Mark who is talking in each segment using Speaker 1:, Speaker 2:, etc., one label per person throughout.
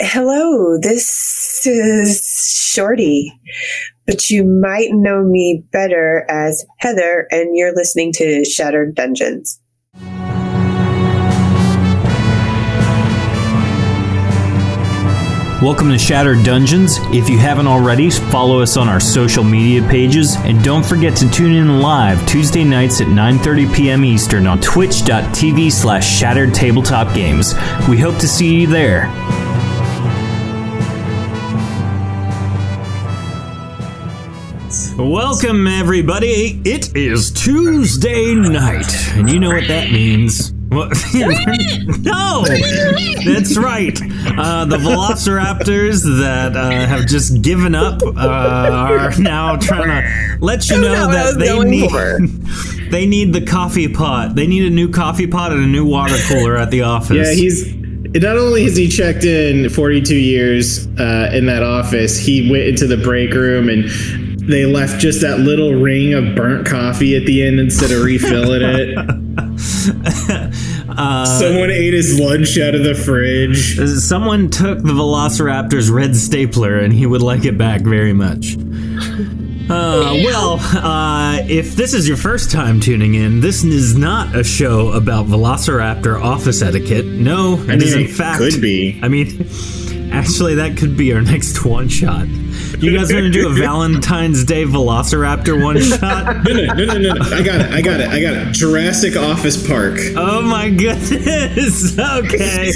Speaker 1: Hello, this is Shorty, but you might know me better as Heather, and you're listening to Shattered Dungeons.
Speaker 2: Welcome to Shattered Dungeons. If you haven't already, follow us on our social media pages and don't forget to tune in live Tuesday nights at 9:30 p.m. Eastern on twitch.tv slash shattered tabletop games. We hope to see you there. Welcome everybody. It is Tuesday night, and you know what that means. What? no! That's right. Uh, the velociraptors that uh, have just given up uh, are now trying to let you
Speaker 1: That's
Speaker 2: know
Speaker 1: not what I
Speaker 2: that
Speaker 1: was
Speaker 2: they
Speaker 1: going
Speaker 2: need
Speaker 1: for.
Speaker 2: they need the coffee pot. They need a new coffee pot and a new water cooler at the office.
Speaker 3: Yeah, he's not only has he checked in 42 years uh, in that office, he went into the break room and they left just that little ring of burnt coffee at the end instead of refilling it. Someone ate his lunch out of the fridge.
Speaker 2: Someone took the Velociraptor's red stapler, and he would like it back very much. Uh, well, uh, if this is your first time tuning in, this is not a show about Velociraptor office etiquette. No, it is in
Speaker 3: it
Speaker 2: fact
Speaker 3: could be.
Speaker 2: I mean, actually, that could be our next one shot. You guys gonna do a Valentine's Day Velociraptor one shot?
Speaker 3: No, no, no, no, no. I got it. I got it. I got it. Jurassic Office Park.
Speaker 2: Oh my goodness! Okay,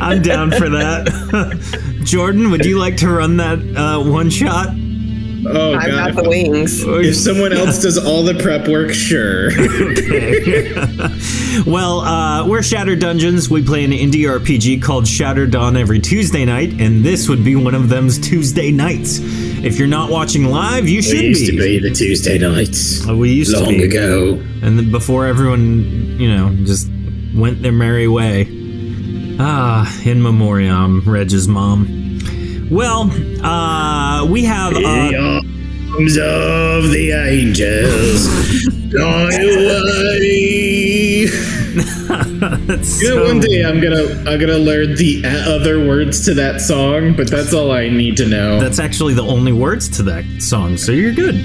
Speaker 2: I'm down for that. Jordan, would you like to run that uh, one shot?
Speaker 3: Oh,
Speaker 1: I'm
Speaker 3: God.
Speaker 1: not the wings.
Speaker 2: Or-
Speaker 3: if someone else does all the prep work, sure.
Speaker 2: well, uh, we're Shattered Dungeons. We play an indie RPG called Shattered Dawn every Tuesday night, and this would be one of them's Tuesday nights. If you're not watching live, you should be.
Speaker 3: the Tuesday nights.
Speaker 2: Uh, We used to be.
Speaker 3: ago.
Speaker 2: And then before everyone, you know, just went their merry way. Ah, in memoriam, Reg's mom. Well, uh, we have. Uh,
Speaker 3: arms of the angels fly away.
Speaker 2: that's
Speaker 3: You know,
Speaker 2: so-
Speaker 3: one day I'm gonna I'm gonna learn the other words to that song, but that's all I need to know.
Speaker 2: That's actually the only words to that song, so you're good.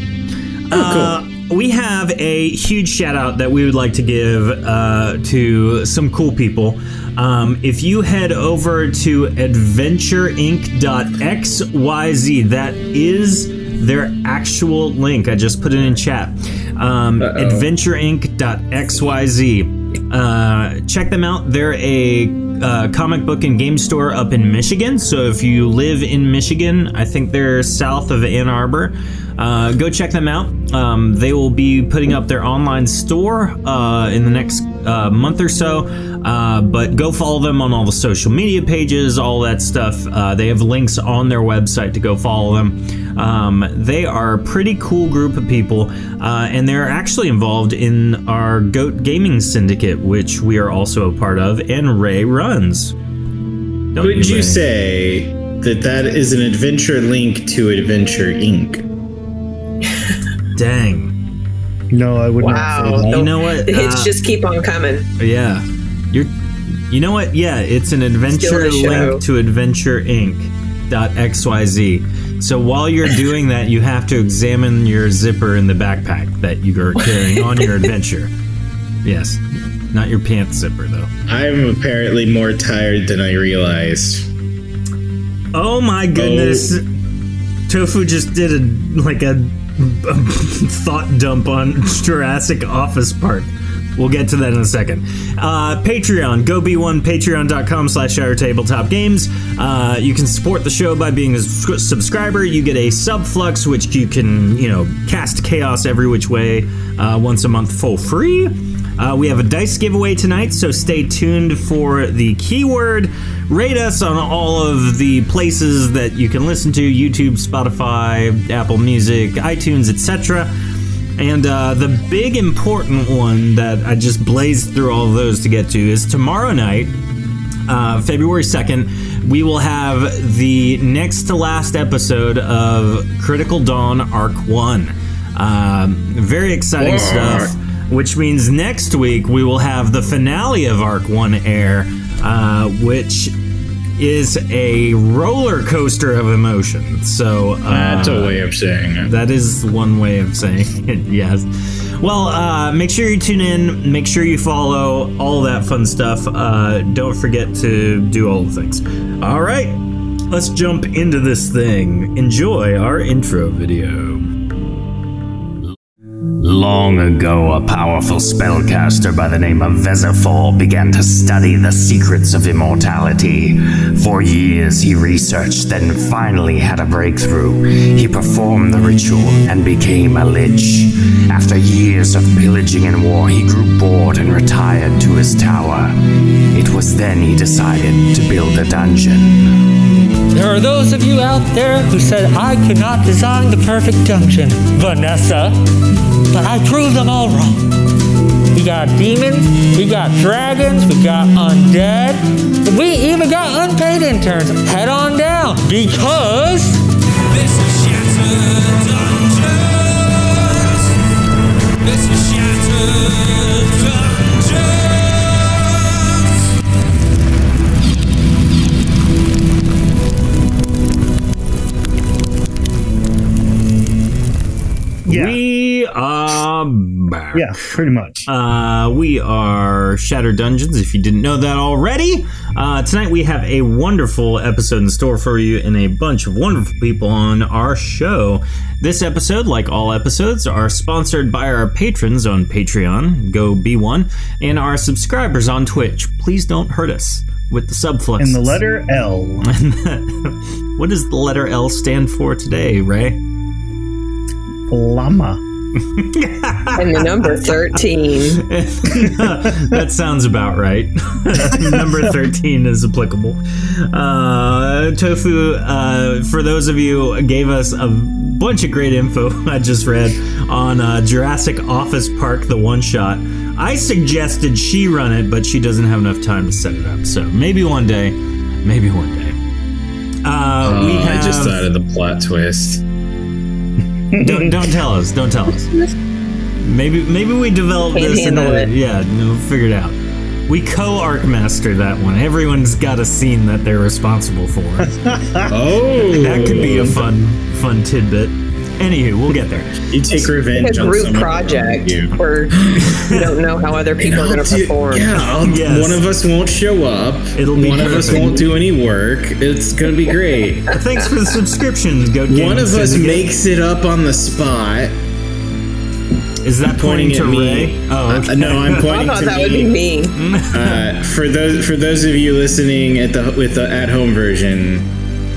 Speaker 2: Uh, we have a huge shout out that we would like to give uh, to some cool people. Um, if you head over to adventureinc.xyz, that is their actual link. I just put it in chat. Um, adventureinc.xyz. Uh, check them out. They're a uh, comic book and game store up in Michigan. So if you live in Michigan, I think they're south of Ann Arbor. Uh, go check them out. Um, they will be putting up their online store uh, in the next uh, month or so. Uh, but go follow them on all the social media pages, all that stuff. Uh, they have links on their website to go follow them. Um, they are a pretty cool group of people, uh, and they're actually involved in our Goat Gaming Syndicate, which we are also a part of, and Ray runs. Don't
Speaker 3: Would
Speaker 2: Ray?
Speaker 3: you say that that is an adventure link to Adventure Inc?
Speaker 2: Dang.
Speaker 4: No, I would not. Say
Speaker 1: Wow.
Speaker 4: that.
Speaker 2: You know what?
Speaker 1: The hits
Speaker 2: Uh,
Speaker 1: just keep on coming.
Speaker 2: Yeah. You're you know what? Yeah, it's an adventure
Speaker 1: Still the show.
Speaker 2: link to adventure inc dot xyz. So while you're doing that, you have to examine your zipper in the backpack that you are carrying on your adventure. Yes. Not your pants zipper though.
Speaker 3: I'm apparently more tired than I realized.
Speaker 2: Oh my goodness. Tofu just did a like a, a thought dump on Jurassic Office Park. We'll get to that in a second. Uh, Patreon, go be one, patreon.com slash our tabletop games. Uh, you can support the show by being a subscri- subscriber. You get a subflux, which you can, you know, cast chaos every which way uh, once a month for free. Uh, we have a dice giveaway tonight, so stay tuned for the keyword. Rate us on all of the places that you can listen to YouTube, Spotify, Apple Music, iTunes, etc. And uh, the big important one that I just blazed through all of those to get to is tomorrow night, uh, February 2nd, we will have the next to last episode of Critical Dawn Arc 1. Um, very exciting stuff, which means next week we will have the finale of Arc 1 air, uh, which is a roller coaster of emotion. So uh,
Speaker 4: Ah,
Speaker 3: That's a way of saying it.
Speaker 2: that is one way of saying it, yes. Well, uh, make sure you tune in. Make sure you follow all that fun stuff. Uh, don't forget to do all the things. All right, let's jump into this thing. Enjoy our intro video.
Speaker 5: Long ago, a powerful spellcaster by the name of Vezifor began to study the secrets of immortality. For years, he researched, then finally had a breakthrough. He performed the ritual and became a lich. After years of pillaging and war, he grew bored and retired to his tower. It was then he decided to build a dungeon.
Speaker 6: There are those of you out there who said I could not design the perfect dungeon, Vanessa. But I proved them all wrong. We got demons, we got dragons, we got undead, we even got unpaid interns. Head on down because.
Speaker 7: This is Shattered Dungeons. This is Shattered Dungeons.
Speaker 4: Yeah.
Speaker 2: We are back.
Speaker 4: yeah, pretty much.
Speaker 2: Uh, we are Shattered Dungeons, if you didn't know that already. Uh, tonight we have a wonderful episode in store for you and a bunch of wonderful people on our show. This episode, like all episodes, are sponsored by our patrons on Patreon, go be one, and our subscribers on Twitch. Please don't hurt us with the subflux.
Speaker 4: and the letter L.
Speaker 2: what does the letter L stand for today, Ray?
Speaker 4: Llama.
Speaker 1: And the number 13.
Speaker 2: that sounds about right. Number 13 is applicable. Uh, Tofu, uh, for those of you, gave us a bunch of great info I just read on uh, Jurassic Office Park, the one shot. I suggested she run it, but she doesn't have enough time to set it up. So maybe one day. Maybe one day. Uh, we
Speaker 3: Oh,
Speaker 2: have,
Speaker 3: I just thought of the plot twist.
Speaker 2: don't don't tell us. Don't tell us. Maybe maybe we develop
Speaker 1: Can't
Speaker 2: this and
Speaker 1: handle
Speaker 2: then,
Speaker 1: it.
Speaker 2: yeah, no, we'll figure it out. We co arc master that one. Everyone's got a scene that they're responsible for. that
Speaker 3: Oh,
Speaker 2: could be a fun fun tidbit. Anywho, we'll get there.
Speaker 3: You take revenge
Speaker 1: Because
Speaker 3: on
Speaker 1: group
Speaker 3: someone who wronged
Speaker 1: project
Speaker 3: you.
Speaker 1: where we don't know how other people are going to
Speaker 3: Dude,
Speaker 1: perform.
Speaker 3: Yeah, I'll-
Speaker 2: Yes.
Speaker 3: one of us won't show up.
Speaker 2: It'll be
Speaker 3: one of us
Speaker 2: perfect.
Speaker 3: won't do any work. It's gonna be great.
Speaker 2: Thanks for the subscription. Go
Speaker 3: one of us
Speaker 2: Syndicate.
Speaker 3: makes it up on the spot,
Speaker 2: is that
Speaker 3: pointing
Speaker 2: pointing
Speaker 3: at
Speaker 2: to
Speaker 3: me.
Speaker 2: Ray? Oh,
Speaker 3: Uh,
Speaker 2: okay.
Speaker 3: no, I'm
Speaker 1: I
Speaker 3: pointing
Speaker 1: thought
Speaker 3: to
Speaker 1: that
Speaker 3: me.
Speaker 1: would be me.
Speaker 3: Uh, for those for those of you listening at the with the at home version,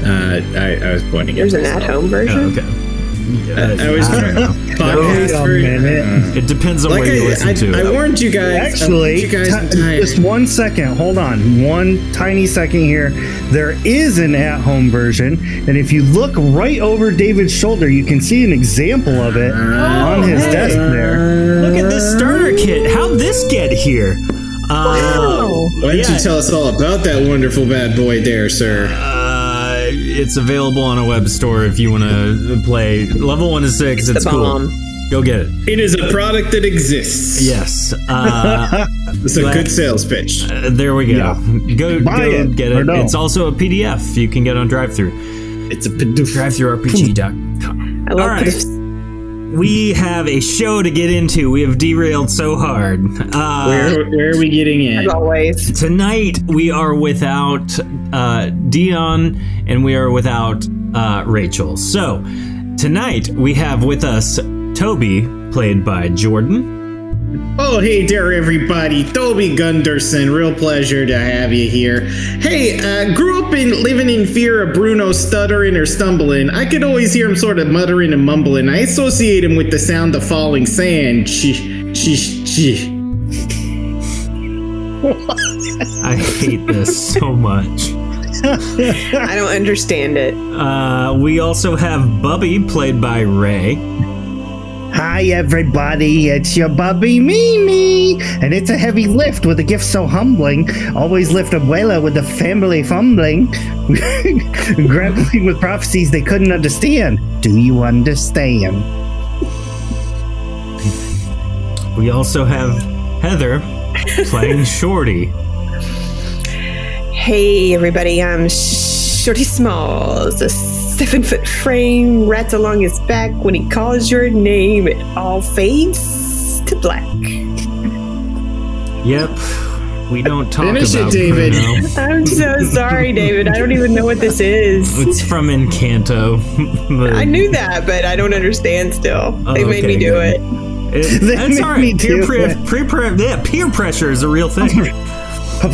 Speaker 3: uh, I, I was pointing at.
Speaker 1: There's an
Speaker 3: myself.
Speaker 1: at home version.
Speaker 2: Oh, okay. Yeah,
Speaker 3: Uh, I was
Speaker 2: don't know.
Speaker 4: Wait
Speaker 3: Podcast
Speaker 4: a
Speaker 3: for-
Speaker 4: minute.
Speaker 2: It depends on
Speaker 3: Like
Speaker 2: where you listen
Speaker 3: I,
Speaker 2: to.
Speaker 3: I, I warned you guys. I warned
Speaker 4: Actually,
Speaker 3: you guys, I'm
Speaker 4: ti-
Speaker 3: tired.
Speaker 4: just one second. Hold on. One tiny second here. There is an at home version. And if you look right over David's shoulder, you can see an example of it
Speaker 3: Oh,
Speaker 4: on his
Speaker 2: hey.
Speaker 4: desk there.
Speaker 2: Look at this starter kit. How'd this get here? Uh,
Speaker 1: Oh,
Speaker 3: Why don't
Speaker 2: Yeah.
Speaker 3: you tell us all about that wonderful bad boy there, sir?
Speaker 2: Uh, it's available on a web store if you want to play. Level one to six. It's
Speaker 1: the
Speaker 2: cool.
Speaker 1: bomb.
Speaker 2: Go get it.
Speaker 3: It is a product that exists.
Speaker 2: Yes. Uh,
Speaker 3: It's a
Speaker 2: Glad-
Speaker 3: good sales pitch.
Speaker 2: there we go. Go,
Speaker 4: Buy
Speaker 2: go
Speaker 4: it,
Speaker 2: get
Speaker 4: or
Speaker 2: it.
Speaker 4: no.
Speaker 2: It's also a PDF you can get on DriveThru.
Speaker 3: It's a pedoof.
Speaker 2: DriveThruRPG.com.
Speaker 1: I love
Speaker 2: right.
Speaker 1: this.
Speaker 2: We have a show to get into. We have derailed so hard. Uh,
Speaker 3: Where, where are we getting in?
Speaker 1: As always.
Speaker 2: Tonight we are without uh, Dion and we are without uh, Rachel. So tonight we have with us Toby, played by Jordan.
Speaker 3: Oh, hey there, everybody. Toby Gunderson. Real pleasure to have you here. Hey, uh, grew up in living in fear of Bruno stuttering or stumbling. I could always hear him sort of muttering and mumbling. I associate him with the sound of falling sand. Shh, shh, shh.
Speaker 2: I hate this so much.
Speaker 1: I don't understand it.
Speaker 2: Uh, we also have Bubby, played by Ray.
Speaker 4: Hi, everybody. It's your Bubby Mimi. And it's a heavy lift with a gift so humbling. Always lift Abuela with the family fumbling, grappling with prophecies they couldn't understand. Do you understand?
Speaker 2: We also have Heather, playing Shorty.
Speaker 1: Hey, everybody, I'm Shorty Smalls, a seven foot frame, rats along his back. When he calls your name, it all fades to black.
Speaker 2: Yep. We don't talk
Speaker 3: Finish it,
Speaker 2: about
Speaker 3: David.
Speaker 2: Bruno.
Speaker 1: I'm so sorry, David. I don't even know what this is.
Speaker 2: It's from Encanto. The-
Speaker 1: I knew that, but I don't understand still.
Speaker 2: Oh,
Speaker 1: they made me
Speaker 2: okay,
Speaker 1: do
Speaker 2: good.
Speaker 1: it.
Speaker 2: It-
Speaker 4: They
Speaker 2: that's
Speaker 4: made
Speaker 2: all
Speaker 4: me
Speaker 2: right. Peer,
Speaker 4: do
Speaker 2: pre-
Speaker 4: it.
Speaker 2: pre- pre- yeah, peer pressure is a real thing. Peer-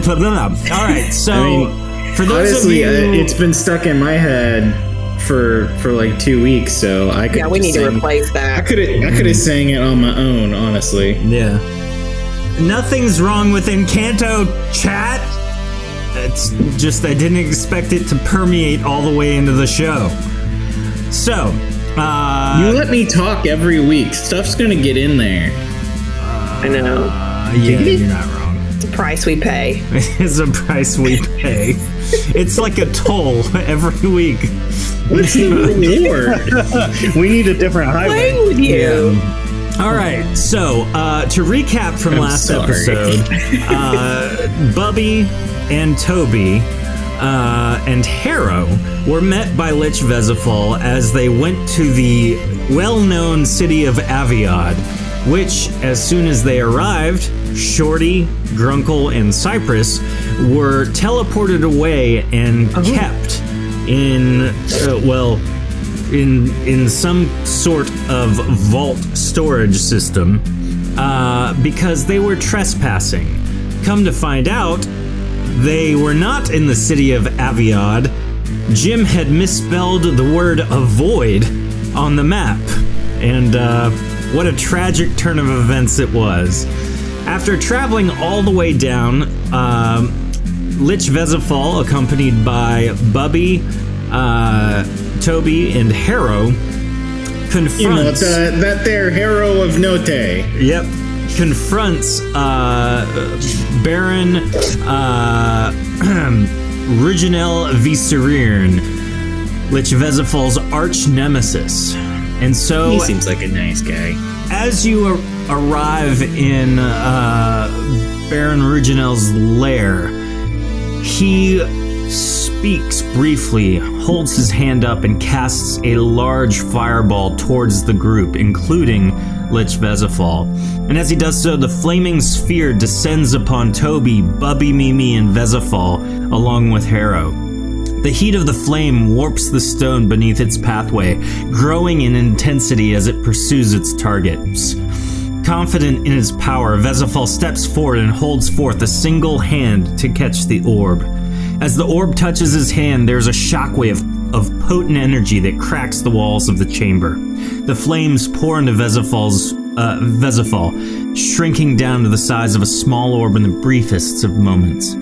Speaker 2: blah, blah, blah. All right. So,
Speaker 3: I mean,
Speaker 2: for those
Speaker 3: Honestly,
Speaker 2: of
Speaker 3: uh,
Speaker 2: you,
Speaker 3: it's been stuck in my head for for like two weeks, so I could.
Speaker 1: Yeah, we need to replace
Speaker 3: I
Speaker 1: that.
Speaker 3: could have I could have sang it on my own, honestly.
Speaker 2: yeah, nothing's wrong with Encanto chat. It's just I didn't expect it to permeate all the way into the show. So,
Speaker 3: You
Speaker 2: uh,
Speaker 3: let me talk every week. Stuff's gonna get in there.
Speaker 1: I know.
Speaker 2: uh, yeah, you're not wrong.
Speaker 1: It's the price we pay.
Speaker 2: It's a price we pay. it's like a toll every week.
Speaker 3: What's the reward?
Speaker 4: we need a different highway.
Speaker 1: Playing with you.
Speaker 2: All right, so uh, to recap from last
Speaker 3: sorry.
Speaker 2: episode, uh, Bubby and Toby uh, and Harrow were met by Lich Vesifal as they went to the well-known city of Aviad, which, as soon as they arrived, Shorty, Grunkle, and Cypress were teleported away and kept in, uh, well, in in some sort of vault storage system uh, because they were trespassing. Come to find out, they were not in the city of Aviad. Jim had misspelled the word avoid on the map, and uh, what a tragic turn of events it was. After traveling all the way down, um, Lich Vesifal, accompanied by Bubby, uh, Toby, and Harrow, confronts.
Speaker 3: you know, uh, the, that there hero of Note.
Speaker 2: Yep. Confronts uh, Baron uh, Ruginel Viserion, Lich Vesifal's arch nemesis. And so,
Speaker 3: He seems like a nice guy.
Speaker 2: as you ar- arrive in uh, Baron Ruginel's lair, he speaks briefly, holds his hand up, and casts a large fireball towards the group, including Lich Vesifal. And as he does so, the flaming sphere descends upon Toby, Bubby, Mimi, and Vesifal, along with Harrow. The heat of the flame warps the stone beneath its pathway, growing in intensity as it pursues its targets. Confident in his power, Vesifal steps forward and holds forth a single hand to catch the orb. As the orb touches his hand, there's a shockwave of potent energy that cracks the walls of the chamber. The flames pour into Vesifal's uh, Vesifal, shrinking down to the size of a small orb in the briefest of moments.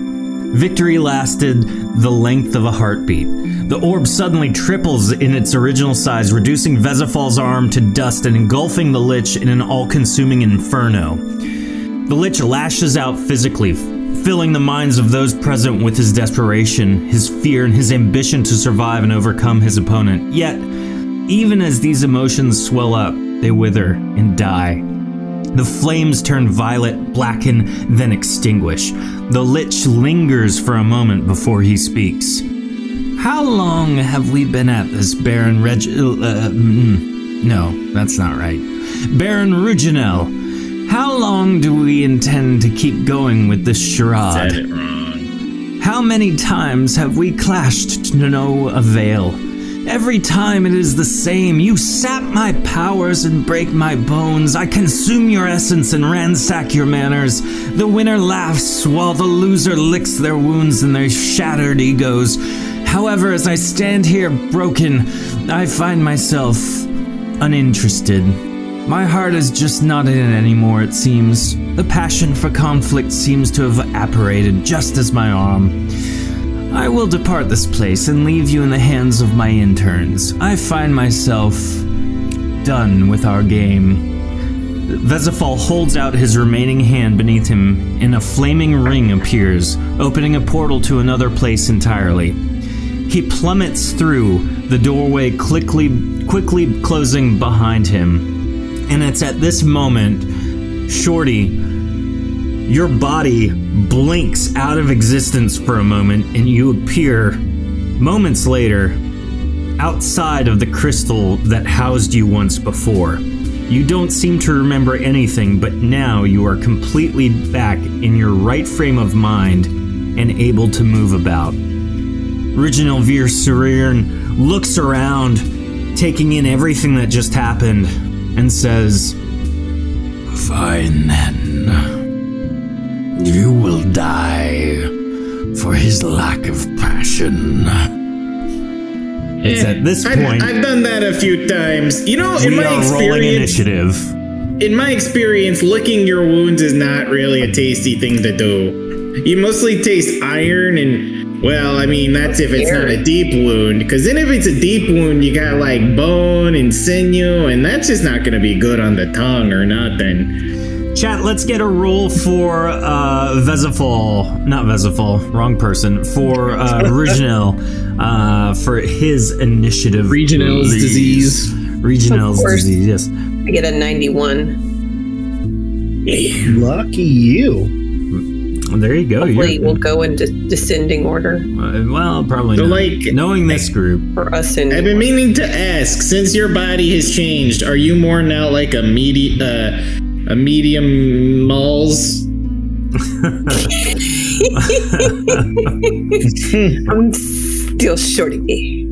Speaker 2: Victory lasted the length of a heartbeat. The orb suddenly triples in its original size, reducing Vesifal's arm to dust and engulfing the Lich in an all consuming inferno. The Lich lashes out physically, filling the minds of those present with his desperation, his fear, and his ambition to survive and overcome his opponent. Yet, even as these emotions swell up, they wither and die. The flames turn violet, blacken, then extinguish. The Lich lingers for a moment before he speaks. How long have we been at this, Baron Reg. Uh, mm, no, that's not right. Baron Ruginel. How long do we intend to keep going with this charade?
Speaker 3: Said it wrong.
Speaker 2: How many times have we clashed to no avail? Every time it is the same. You sap my powers and break my bones. I consume your essence and ransack your manners. The winner laughs while the loser licks their wounds and their shattered egos. However, as I stand here broken, I find myself uninterested. My heart is just not in it anymore, it seems. The passion for conflict seems to have apparated just as my arm. I will depart this place and leave you in the hands of my interns. I find myself done with our game. Vesifal holds out his remaining hand beneath him, and a flaming ring appears, opening a portal to another place entirely. He plummets through, the doorway quickly, quickly closing behind him. And it's at this moment, Shorty Your body blinks out of existence for a moment, and you appear moments later outside of the crystal that housed you once before. You don't seem to remember anything, but now you are completely back in your right frame of mind and able to move about. Reginald Veer Surian looks around, taking in everything that just happened, and says,
Speaker 5: Fine then. You will die for his lack of passion.
Speaker 2: It's at this
Speaker 3: I've,
Speaker 2: point
Speaker 3: I've done that a few times. You know, in
Speaker 2: we
Speaker 3: my
Speaker 2: are rolling
Speaker 3: experience,
Speaker 2: initiative.
Speaker 3: in my experience, licking your wounds is not really a tasty thing to do. You mostly taste iron and well, I mean that's if it's not a deep wound. Because then if it's a deep wound, you got like bone and sinew, and that's just not gonna be good on the tongue or nothing.
Speaker 2: Chat, let's get a roll for uh, Vesifal. Not Vesifal, wrong person. For uh, Reginald, uh, for his initiative.
Speaker 3: Legionell's
Speaker 2: please.
Speaker 3: disease.
Speaker 2: Reginald's
Speaker 1: Of course.
Speaker 2: disease, yes.
Speaker 1: I get a 91.
Speaker 4: Lucky you.
Speaker 2: There you go.
Speaker 1: Hopefully,
Speaker 2: Oh, you're-
Speaker 1: we'll go in de- descending order
Speaker 2: Uh, well, probably
Speaker 3: So,
Speaker 2: not.
Speaker 3: like-
Speaker 2: Knowing this group,
Speaker 1: for us in.
Speaker 3: I've been meaning to ask, since your body has changed, are you more now like a medi- uh, a medium malls?
Speaker 1: I'm still shorty.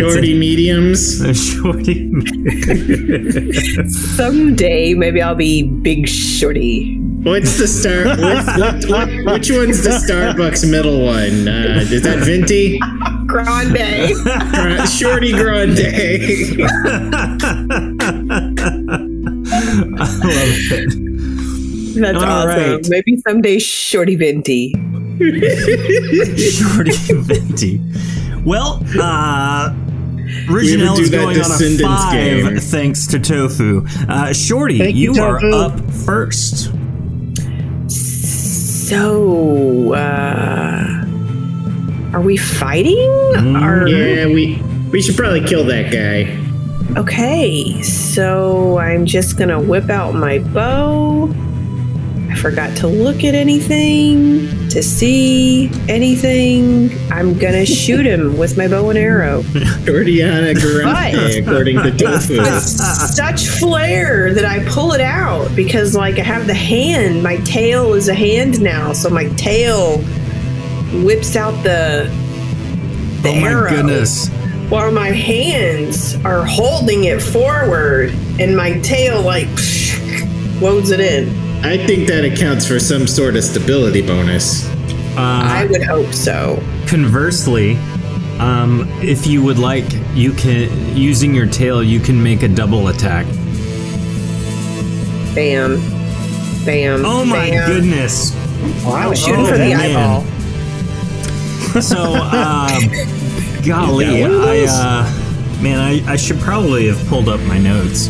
Speaker 3: Shorty mediums?
Speaker 2: shorty.
Speaker 1: Someday, maybe I'll be big shorty.
Speaker 3: What's the star? What's, what, what, which one's the Starbucks middle one? Uh, is that Venti?
Speaker 1: Grande.
Speaker 3: Gra- Shorty Grande.
Speaker 2: I love it.
Speaker 1: That's
Speaker 2: All
Speaker 1: awesome.
Speaker 2: right.
Speaker 1: Maybe someday shorty venti.
Speaker 2: Shorty Venti. Well, uh, Reginald
Speaker 3: do
Speaker 2: is
Speaker 3: that
Speaker 2: going on a
Speaker 3: Descendants
Speaker 2: five
Speaker 3: game.
Speaker 2: thanks to Tofu. Uh, Shorty,
Speaker 4: Thank you,
Speaker 2: you, are
Speaker 4: Tofu.
Speaker 2: up first.
Speaker 1: So, uh, are we fighting?
Speaker 2: Mm-hmm.
Speaker 1: Are-
Speaker 3: yeah, we we should probably kill that guy.
Speaker 1: Okay, so I'm just gonna whip out my bow. I forgot to look at anything, to see anything. I'm gonna shoot him with my bow and arrow.
Speaker 3: Shortiana
Speaker 1: Right.
Speaker 3: Grande, according to Tofu.
Speaker 1: With such flair that I pull it out because, like, I have the hand. My tail is a hand now, so my tail whips out the. the
Speaker 2: Oh my
Speaker 1: arrow.
Speaker 2: goodness.
Speaker 1: while my hands are holding it forward and my tail like loads it in.
Speaker 3: I think that accounts for some sort of stability bonus.
Speaker 1: I
Speaker 2: Uh,
Speaker 1: would hope so.
Speaker 2: conversely, um, if you would like, you can using your tail, you can make a double attack.
Speaker 1: Bam, bam.
Speaker 2: Oh my
Speaker 1: bam.
Speaker 2: goodness!
Speaker 1: I was shooting
Speaker 2: Oh,
Speaker 1: for the
Speaker 2: man.
Speaker 1: eyeball.
Speaker 2: So,
Speaker 3: um,
Speaker 2: uh, golly, I, uh, man, I, I should probably have pulled up my notes.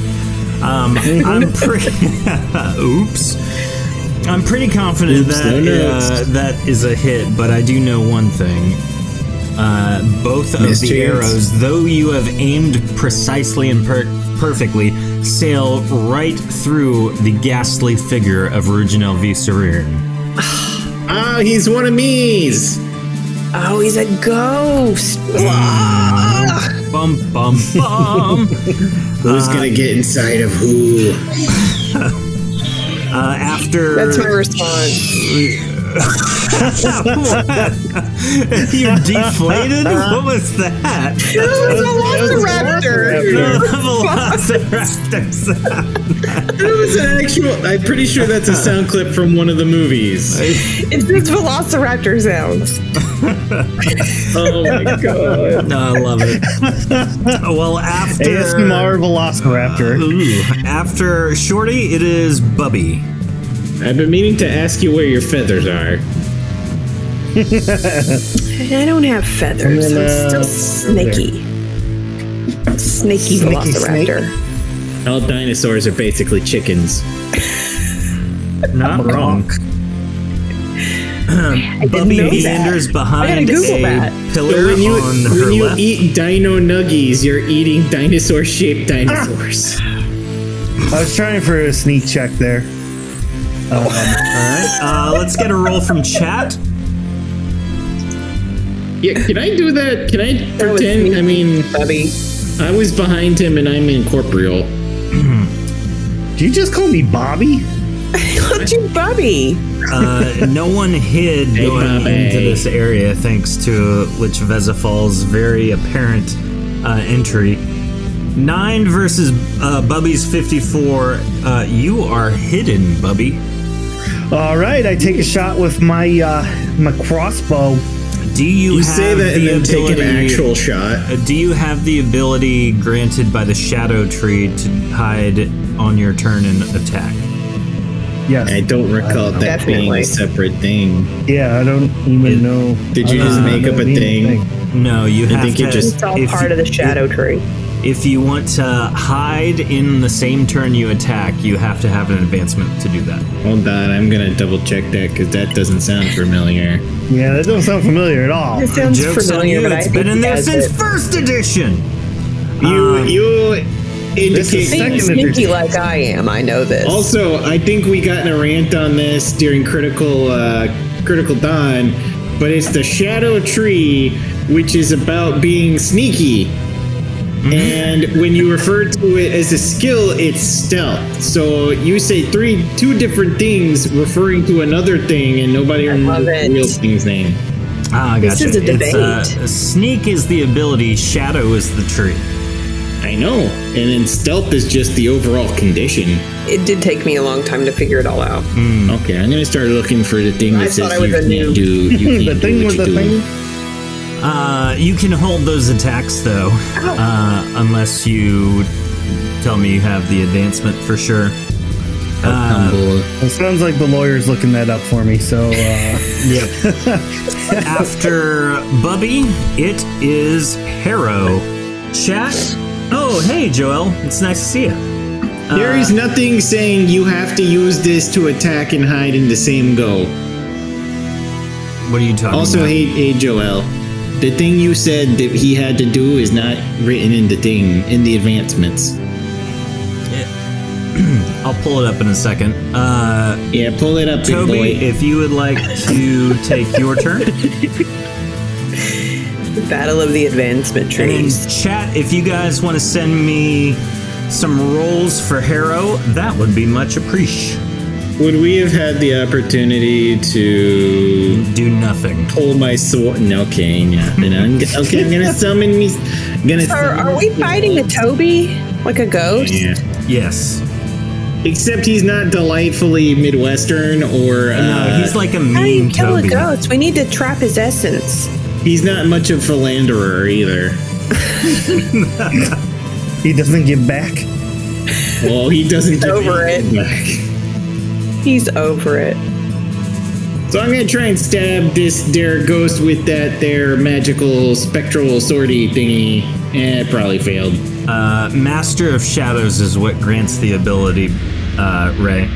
Speaker 2: Um, I'm pretty, oops. I'm pretty confident
Speaker 3: Oops,
Speaker 2: that
Speaker 3: no
Speaker 2: uh,
Speaker 3: notes.
Speaker 2: that is a hit, but I do know one thing. Uh, both of
Speaker 3: Miss
Speaker 2: the
Speaker 3: Chance.
Speaker 2: arrows, though you have aimed precisely and per- perfectly, sail right through the ghastly figure of Reginald V. Sarir.
Speaker 3: Oh, he's one of me's.
Speaker 1: Oh, he's a ghost. Ah!
Speaker 2: Bum, bum, bum.
Speaker 3: Who's gonna get inside of who?
Speaker 2: Uh, after
Speaker 1: That's my response.
Speaker 2: you deflated? what was that?
Speaker 1: It was a velociraptor.
Speaker 2: The velociraptor sound.
Speaker 3: That was an actual. I'm pretty sure that's a sound clip from one of the movies.
Speaker 1: It's just velociraptor sounds.
Speaker 3: Oh my god.
Speaker 2: No, I love it. Well, after
Speaker 4: ASMR Velociraptor.
Speaker 2: Ooh, after Shorty, it is Bubby.
Speaker 3: I've been meaning to ask you where your feathers are.
Speaker 1: I don't have feathers. I'm still snaky. Snaky
Speaker 4: Snaky snake.
Speaker 1: velociraptor.
Speaker 3: All dinosaurs are basically chickens.
Speaker 2: Not wrong.
Speaker 1: know
Speaker 2: Bubby
Speaker 1: that.
Speaker 2: meanders
Speaker 1: I gotta
Speaker 2: behind
Speaker 1: Google
Speaker 2: a
Speaker 1: that.
Speaker 2: pillar
Speaker 3: When you,
Speaker 2: on her
Speaker 3: when you
Speaker 2: left.
Speaker 3: eat dino nuggies, you're eating dinosaur shaped dinosaurs.
Speaker 4: I was trying for a sneak check there.
Speaker 2: Alright, uh, let's get a roll from chat.
Speaker 3: Yeah, can I do that? Can I pretend? I mean,
Speaker 1: Bubby.
Speaker 3: I was behind him and I'm incorporeal.
Speaker 4: Did you just call me Bobby?
Speaker 1: Called you Bubby.
Speaker 2: Uh, no one hid
Speaker 3: Hey,
Speaker 2: going
Speaker 3: Bobby.
Speaker 2: into this area thanks to Lich Vezafall's very apparent uh, entry. Nine versus uh, Bubby's 54. Uh, you are hidden, Bubby.
Speaker 4: All right, I take a shot with my uh, my crossbow.
Speaker 2: Do you,
Speaker 3: You
Speaker 2: have
Speaker 3: say that and
Speaker 2: the
Speaker 3: then
Speaker 2: ability,
Speaker 3: take an actual shot.
Speaker 2: Uh, Do you have the ability granted by the Shadow Tree to hide on your turn and attack?
Speaker 4: Yes.
Speaker 3: I don't recall that being
Speaker 1: Definitely.
Speaker 3: a separate thing.
Speaker 4: yeah, I don't even know. Uh,
Speaker 3: Did you
Speaker 4: I
Speaker 3: just
Speaker 4: don't
Speaker 3: make
Speaker 4: know
Speaker 3: up a
Speaker 4: anything.
Speaker 3: thing?
Speaker 2: No, you have
Speaker 3: think it
Speaker 2: to.
Speaker 3: just-
Speaker 1: It's all
Speaker 2: if
Speaker 1: part
Speaker 2: you-
Speaker 1: of the shadow tree.
Speaker 2: If you want to hide in the same turn you attack, you have to have an advancement to do that.
Speaker 3: Hold on, I'm gonna double check that because that doesn't sound familiar.
Speaker 4: Yeah, that don't sound familiar at all.
Speaker 1: It sounds
Speaker 2: Joke's on
Speaker 1: familiar,
Speaker 2: you,
Speaker 1: but I
Speaker 2: it's
Speaker 1: think
Speaker 2: been in
Speaker 1: he
Speaker 2: there
Speaker 1: has
Speaker 2: since
Speaker 1: it.
Speaker 2: first edition!
Speaker 3: You
Speaker 2: Um,
Speaker 3: you
Speaker 4: this is
Speaker 3: indicate.
Speaker 4: second
Speaker 1: Being
Speaker 4: edition.
Speaker 1: sneaky like I am, I know this.
Speaker 2: Oh.
Speaker 3: Also, I think we got in a rant on this during Critical uh, Critical Dawn, but it's the Shadow Tree, which is about being sneaky. And when you refer to it as a skill, it's stealth. So you say three, two different things, referring to another thing, and nobody remembers
Speaker 1: love
Speaker 3: the
Speaker 1: it.
Speaker 3: real thing's name.
Speaker 2: ah, I
Speaker 1: This
Speaker 2: gotcha.
Speaker 1: is a
Speaker 2: It's, uh,
Speaker 1: debate.
Speaker 2: sneak is the ability, shadow is the tree.
Speaker 3: I know. And then stealth is just the overall condition.
Speaker 1: it did take me a long time to figure it all out.
Speaker 2: Mm.
Speaker 3: Okay, I'm gonna start looking for the thing that
Speaker 1: I
Speaker 3: says
Speaker 1: thought I
Speaker 3: you
Speaker 1: was a
Speaker 3: can't
Speaker 1: noob.
Speaker 3: do. You
Speaker 4: the
Speaker 3: can't
Speaker 4: thing
Speaker 3: do what
Speaker 4: with
Speaker 3: you
Speaker 4: the
Speaker 3: do.
Speaker 4: thing.
Speaker 2: Uh, you can hold those attacks though, uh, unless you tell me you have the advancement for sure.
Speaker 3: Humble.
Speaker 4: It sounds like the lawyer's looking that up for me. So uh,
Speaker 2: Yep. After Bubby, it is Harrow. Chat. Oh, hey, Joel. It's nice to see you.
Speaker 3: There is
Speaker 2: Uh,
Speaker 3: nothing saying you have to use this to attack and hide in the same go.
Speaker 2: What are you talking
Speaker 3: Also,
Speaker 2: about?
Speaker 3: hey, hey, Joel, the thing you said that he had to do is not written in the thing in the advancements.
Speaker 2: I'll pull it up in a second. Uh,
Speaker 3: Yeah, pull it up, big
Speaker 2: Toby,
Speaker 3: boy.
Speaker 2: if you would like to take your turn,
Speaker 1: The Battle of the Advancement
Speaker 2: and in
Speaker 1: Trees.
Speaker 2: chat, if you guys want to send me some rolls for Harrow, that would be much appreciated.
Speaker 3: Would we have had the opportunity to
Speaker 2: Do nothing.
Speaker 3: pull my sword? No, okay, yeah. Then I'm g- okay, I'm gonna summon me. Gonna.
Speaker 1: Are,
Speaker 3: summon
Speaker 1: are we
Speaker 3: me-
Speaker 1: fighting a Toby like a ghost?
Speaker 3: Yeah.
Speaker 2: Yes.
Speaker 3: Except he's not delightfully midwestern or. Uh,
Speaker 2: No, he's like a
Speaker 1: How do
Speaker 2: mean
Speaker 1: you kill
Speaker 2: Toby.
Speaker 1: a ghost? We need to trap his essence.
Speaker 3: He's not much of a philanderer either.
Speaker 4: he doesn't give back.
Speaker 3: Well, he doesn't get
Speaker 1: Over
Speaker 3: anything
Speaker 1: He's over it.
Speaker 3: back. So I'm gonna try and stab this there ghost with that there magical spectral swordy thingy. Eh, it probably failed.
Speaker 2: Uh, Master of Shadows is what grants the ability, uh, Ray,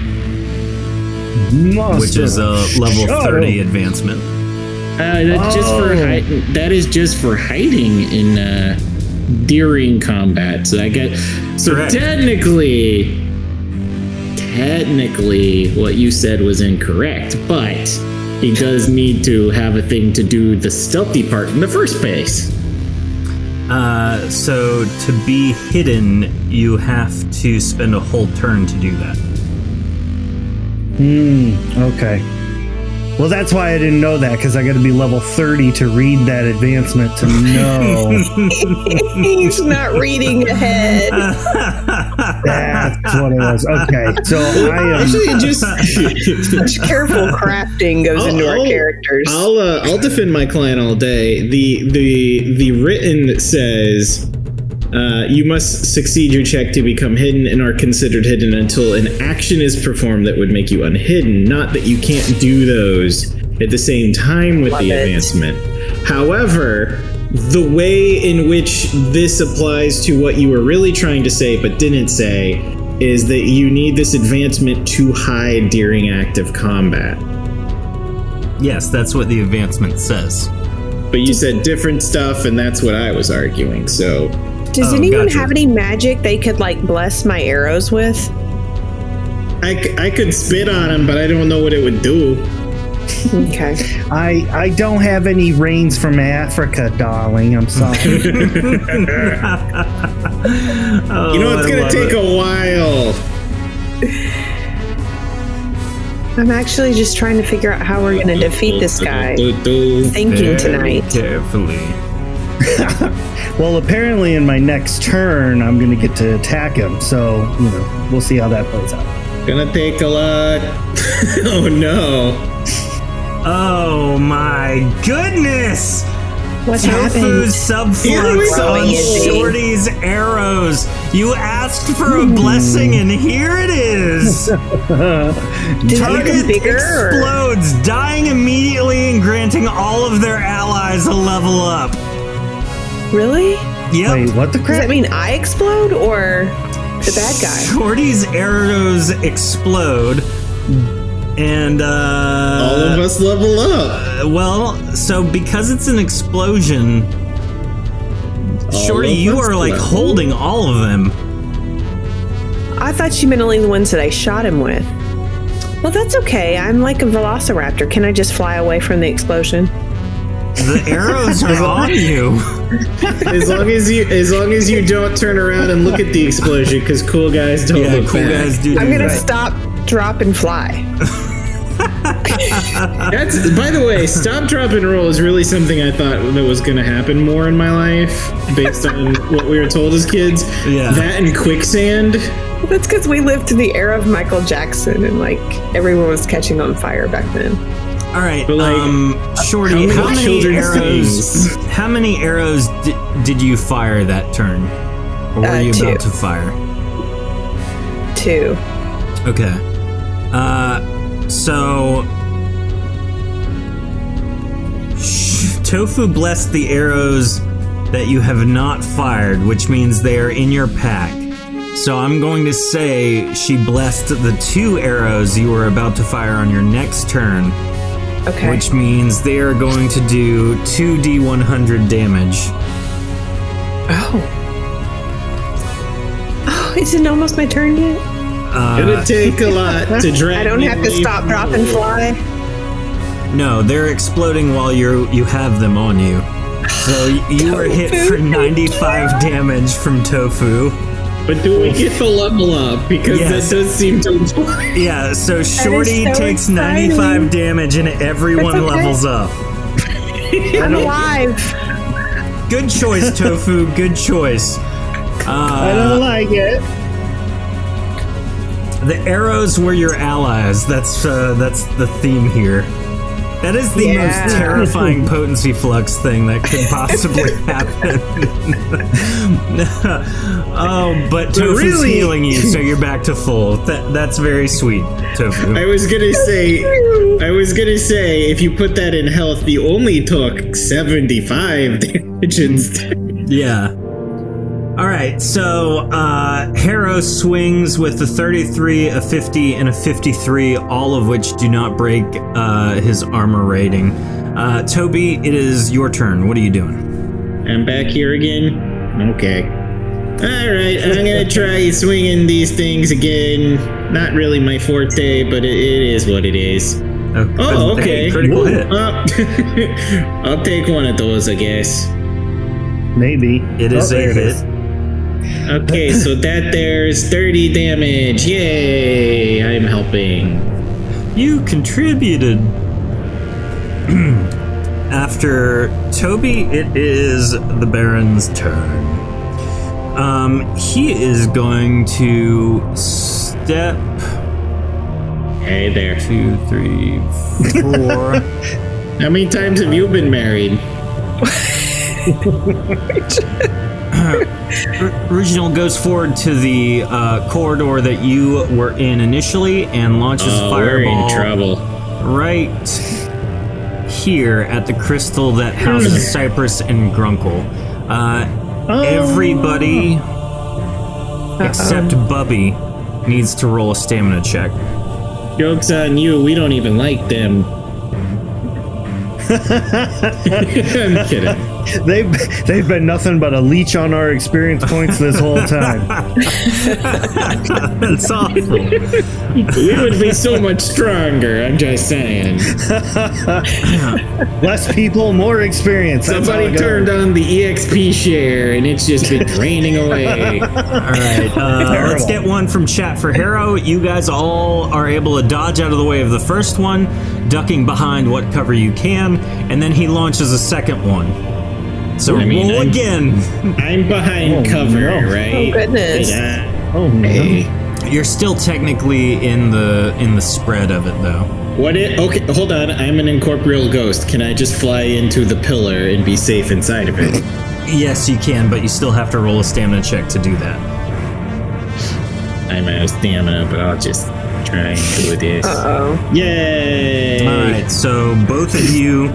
Speaker 1: Oh,
Speaker 2: which is a level 30 advancement.
Speaker 3: Uh, that's just for
Speaker 4: Oh.
Speaker 3: hi- that is just for hiding in uh, during combat. So I get so
Speaker 2: Correct.
Speaker 3: technically, technically, what you said was incorrect, but he does need to have a thing to do the stealthy part in the first place.
Speaker 2: Uh, so to be hidden, you have to spend a whole turn to do that.
Speaker 4: Hmm. Okay. Well, that's why I didn't know that because I got to be level thirty to read that advancement to know.
Speaker 1: He's not reading ahead.
Speaker 4: that's what it was. Okay, so I am.
Speaker 3: Actually, it just
Speaker 1: Such careful crafting
Speaker 2: Oh,
Speaker 1: goes into our characters.
Speaker 3: I'll uh, I'll defend my client all day. The the the written says uh, you must succeed your check to become hidden and are considered hidden until an action is performed that would make you unhidden. Not that you can't do those at the same time with
Speaker 1: Love
Speaker 3: the
Speaker 1: it.
Speaker 3: advancement. However, the way in which this applies to what you were really trying to say but didn't say is that you need this advancement to hide during active combat.
Speaker 2: Yes, that's what the advancement says.
Speaker 3: But you said different stuff, and that's what I was arguing. So
Speaker 1: Does
Speaker 2: Oh,
Speaker 1: anyone
Speaker 2: gotcha.
Speaker 1: have any magic they could like bless my arrows with?
Speaker 3: I, c- I could spit on him, but I don't know what it would do.
Speaker 1: Okay.
Speaker 4: I I don't have any rains from Africa, darling. I'm sorry.
Speaker 2: Oh,
Speaker 3: You know, it's
Speaker 2: I
Speaker 3: gonna
Speaker 2: love
Speaker 3: take
Speaker 2: it.
Speaker 3: a while.
Speaker 1: I'm actually just trying to figure out how we're going to defeat this guy. Thinking
Speaker 2: Very
Speaker 1: tonight.
Speaker 2: Carefully.
Speaker 4: well, apparently in my next turn, I'm gonna get to attack him. So you know, we'll see how that plays out.
Speaker 3: Gonna take a lot. oh no.
Speaker 2: Oh my goodness!
Speaker 1: What's
Speaker 2: Tofu
Speaker 1: happened?
Speaker 2: subflux
Speaker 1: Throwing
Speaker 2: on
Speaker 1: it.
Speaker 2: Shorty's arrows. You asked for
Speaker 1: Hmm.
Speaker 2: a blessing, and here it is.
Speaker 1: Did it make him
Speaker 2: Target
Speaker 1: bigger? or-
Speaker 2: explodes, dying immediately and granting all of their allies a level up.
Speaker 1: Really?
Speaker 2: Yep.
Speaker 4: Wait, what the
Speaker 1: Does
Speaker 4: crap?
Speaker 1: that mean I explode or the bad guy?
Speaker 2: Shorty's arrows explode, and uh,
Speaker 3: All of us level up.
Speaker 2: well, so because it's an explosion, Shorty,
Speaker 3: of
Speaker 2: you
Speaker 3: us
Speaker 2: are like
Speaker 3: level.
Speaker 2: holding all of them.
Speaker 1: I thought she meant only the ones that I shot him with. Well, that's okay. I'm like a velociraptor. Can I just fly away from the explosion?
Speaker 2: The arrows are on you.
Speaker 3: As long as you as long as you don't turn around and look at the explosion, because cool guys don't
Speaker 2: Yeah,
Speaker 3: look
Speaker 2: cool
Speaker 3: back.
Speaker 2: guys do.
Speaker 1: I'm
Speaker 2: do
Speaker 1: gonna
Speaker 2: that.
Speaker 1: stop, drop, and fly.
Speaker 3: That's by the way, stop, drop, and roll is really something I thought that was gonna happen more in my life, based on what we were told as kids.
Speaker 2: Yeah.
Speaker 3: That and quicksand.
Speaker 1: That's because we lived through the era of Michael Jackson and like everyone was catching on fire back then.
Speaker 2: All right,
Speaker 3: But, like,
Speaker 2: um, Shorty,
Speaker 3: how
Speaker 2: how
Speaker 3: many
Speaker 2: many
Speaker 3: children's
Speaker 2: arrows?
Speaker 3: things?
Speaker 2: How many arrows di- did you fire that turn, or were
Speaker 1: Uh,
Speaker 2: you
Speaker 1: two.
Speaker 2: about to fire?
Speaker 1: Two.
Speaker 2: Okay. Uh, so Sh- Tofu blessed the arrows that you have not fired, which means they are in your pack. So I'm going to say she blessed the two arrows you were about to fire on your next turn.
Speaker 1: Okay.
Speaker 2: Which means they are going to do 2d100 damage.
Speaker 1: oh. Oh, is it almost my turn yet?
Speaker 3: Gonna
Speaker 2: Uh,
Speaker 3: take a lot to drag.
Speaker 1: I don't
Speaker 3: me
Speaker 1: have to
Speaker 3: away
Speaker 1: stop,
Speaker 3: from
Speaker 1: drop,
Speaker 3: you.
Speaker 1: and fly.
Speaker 2: no, they're exploding while you you have them on you. So y- you are hit for 95 damage from Tofu.
Speaker 3: But do we get the level up? Because
Speaker 2: Yes.
Speaker 3: that does seem to imply.
Speaker 2: Yeah, so Shorty
Speaker 1: so
Speaker 2: takes
Speaker 1: exciting.
Speaker 2: 95 damage and everyone
Speaker 1: That's okay.
Speaker 2: levels up.
Speaker 1: I'm alive.
Speaker 2: Good choice, Tofu. Good choice.
Speaker 4: I
Speaker 2: Uh,
Speaker 4: don't like it.
Speaker 2: the arrows were your allies. That's uh, that's the theme here. That is the
Speaker 1: Yeah.
Speaker 2: most terrifying potency flux thing that could possibly happen. oh, but Tofu's
Speaker 3: really-
Speaker 2: healing you, so you're back to full. That, that's very sweet, Tofu.
Speaker 3: I was gonna say, I was gonna say, if you put that in health, you only took seventy-five damage instead.
Speaker 2: Yeah. All right, so uh, Harrow swings with a 33, a 50, and a 53, all of which do not break uh, his armor rating. Uh, Toby, it is your turn. What are you doing?
Speaker 3: I'm back here again. Okay. All right, I'm gonna try swinging these things again. Not really my forte, but it, it is what it is. Oh, okay.
Speaker 2: Critical hit.
Speaker 3: Uh, I'll take one of those, I guess.
Speaker 4: Maybe
Speaker 2: It is
Speaker 4: Oh,
Speaker 2: a
Speaker 4: there
Speaker 2: hit.
Speaker 4: is.
Speaker 3: Okay, so that there's 30 damage. Yay! I'm helping.
Speaker 2: You contributed. After Toby, it is the Baron's turn. Um, he is going to step
Speaker 3: Hey there.
Speaker 2: two, three, four.
Speaker 3: How many times have you been married?
Speaker 2: R- Reginald goes forward to the uh, corridor that you were in initially and launches a
Speaker 3: Oh, we're in
Speaker 2: fireball
Speaker 3: trouble.
Speaker 2: right here at the crystal that houses Cypress and Grunkle. Uh, Everybody except Bubby needs to roll a stamina check.
Speaker 3: Joke's on you. We don't even like them. I'm kidding.
Speaker 4: They've they've been nothing but a leech on our experience points this whole time.
Speaker 2: That's awful.
Speaker 3: We would be so much stronger. I'm just saying.
Speaker 4: Less people, more experience. That's how
Speaker 3: Somebody
Speaker 4: it goes.
Speaker 3: turned on the EXP share and it's just been draining away.
Speaker 2: All right, uh, let's
Speaker 4: Terrible.
Speaker 2: get one from chat for Harrow. You guys all are able to dodge out of the way of the first one, ducking behind what cover you can, and then he launces a second one. So
Speaker 3: I mean,
Speaker 2: roll
Speaker 3: I'm-
Speaker 2: again.
Speaker 3: I'm behind
Speaker 4: Oh,
Speaker 3: cover,
Speaker 4: no.
Speaker 3: right?
Speaker 1: Oh, goodness.
Speaker 3: Yeah.
Speaker 4: Oh no!
Speaker 3: Hey.
Speaker 2: You're still technically in the in the spread of it though.
Speaker 3: What it? Okay, hold on. I'm an incorporeal ghost. Can I just fly into the pillar and be safe inside of it?
Speaker 2: Yes, you can, but you still have to roll a stamina check to do that.
Speaker 3: I'm out of stamina, but I'll just try and do this.
Speaker 1: Uh
Speaker 3: Yay!
Speaker 2: All right, so both of you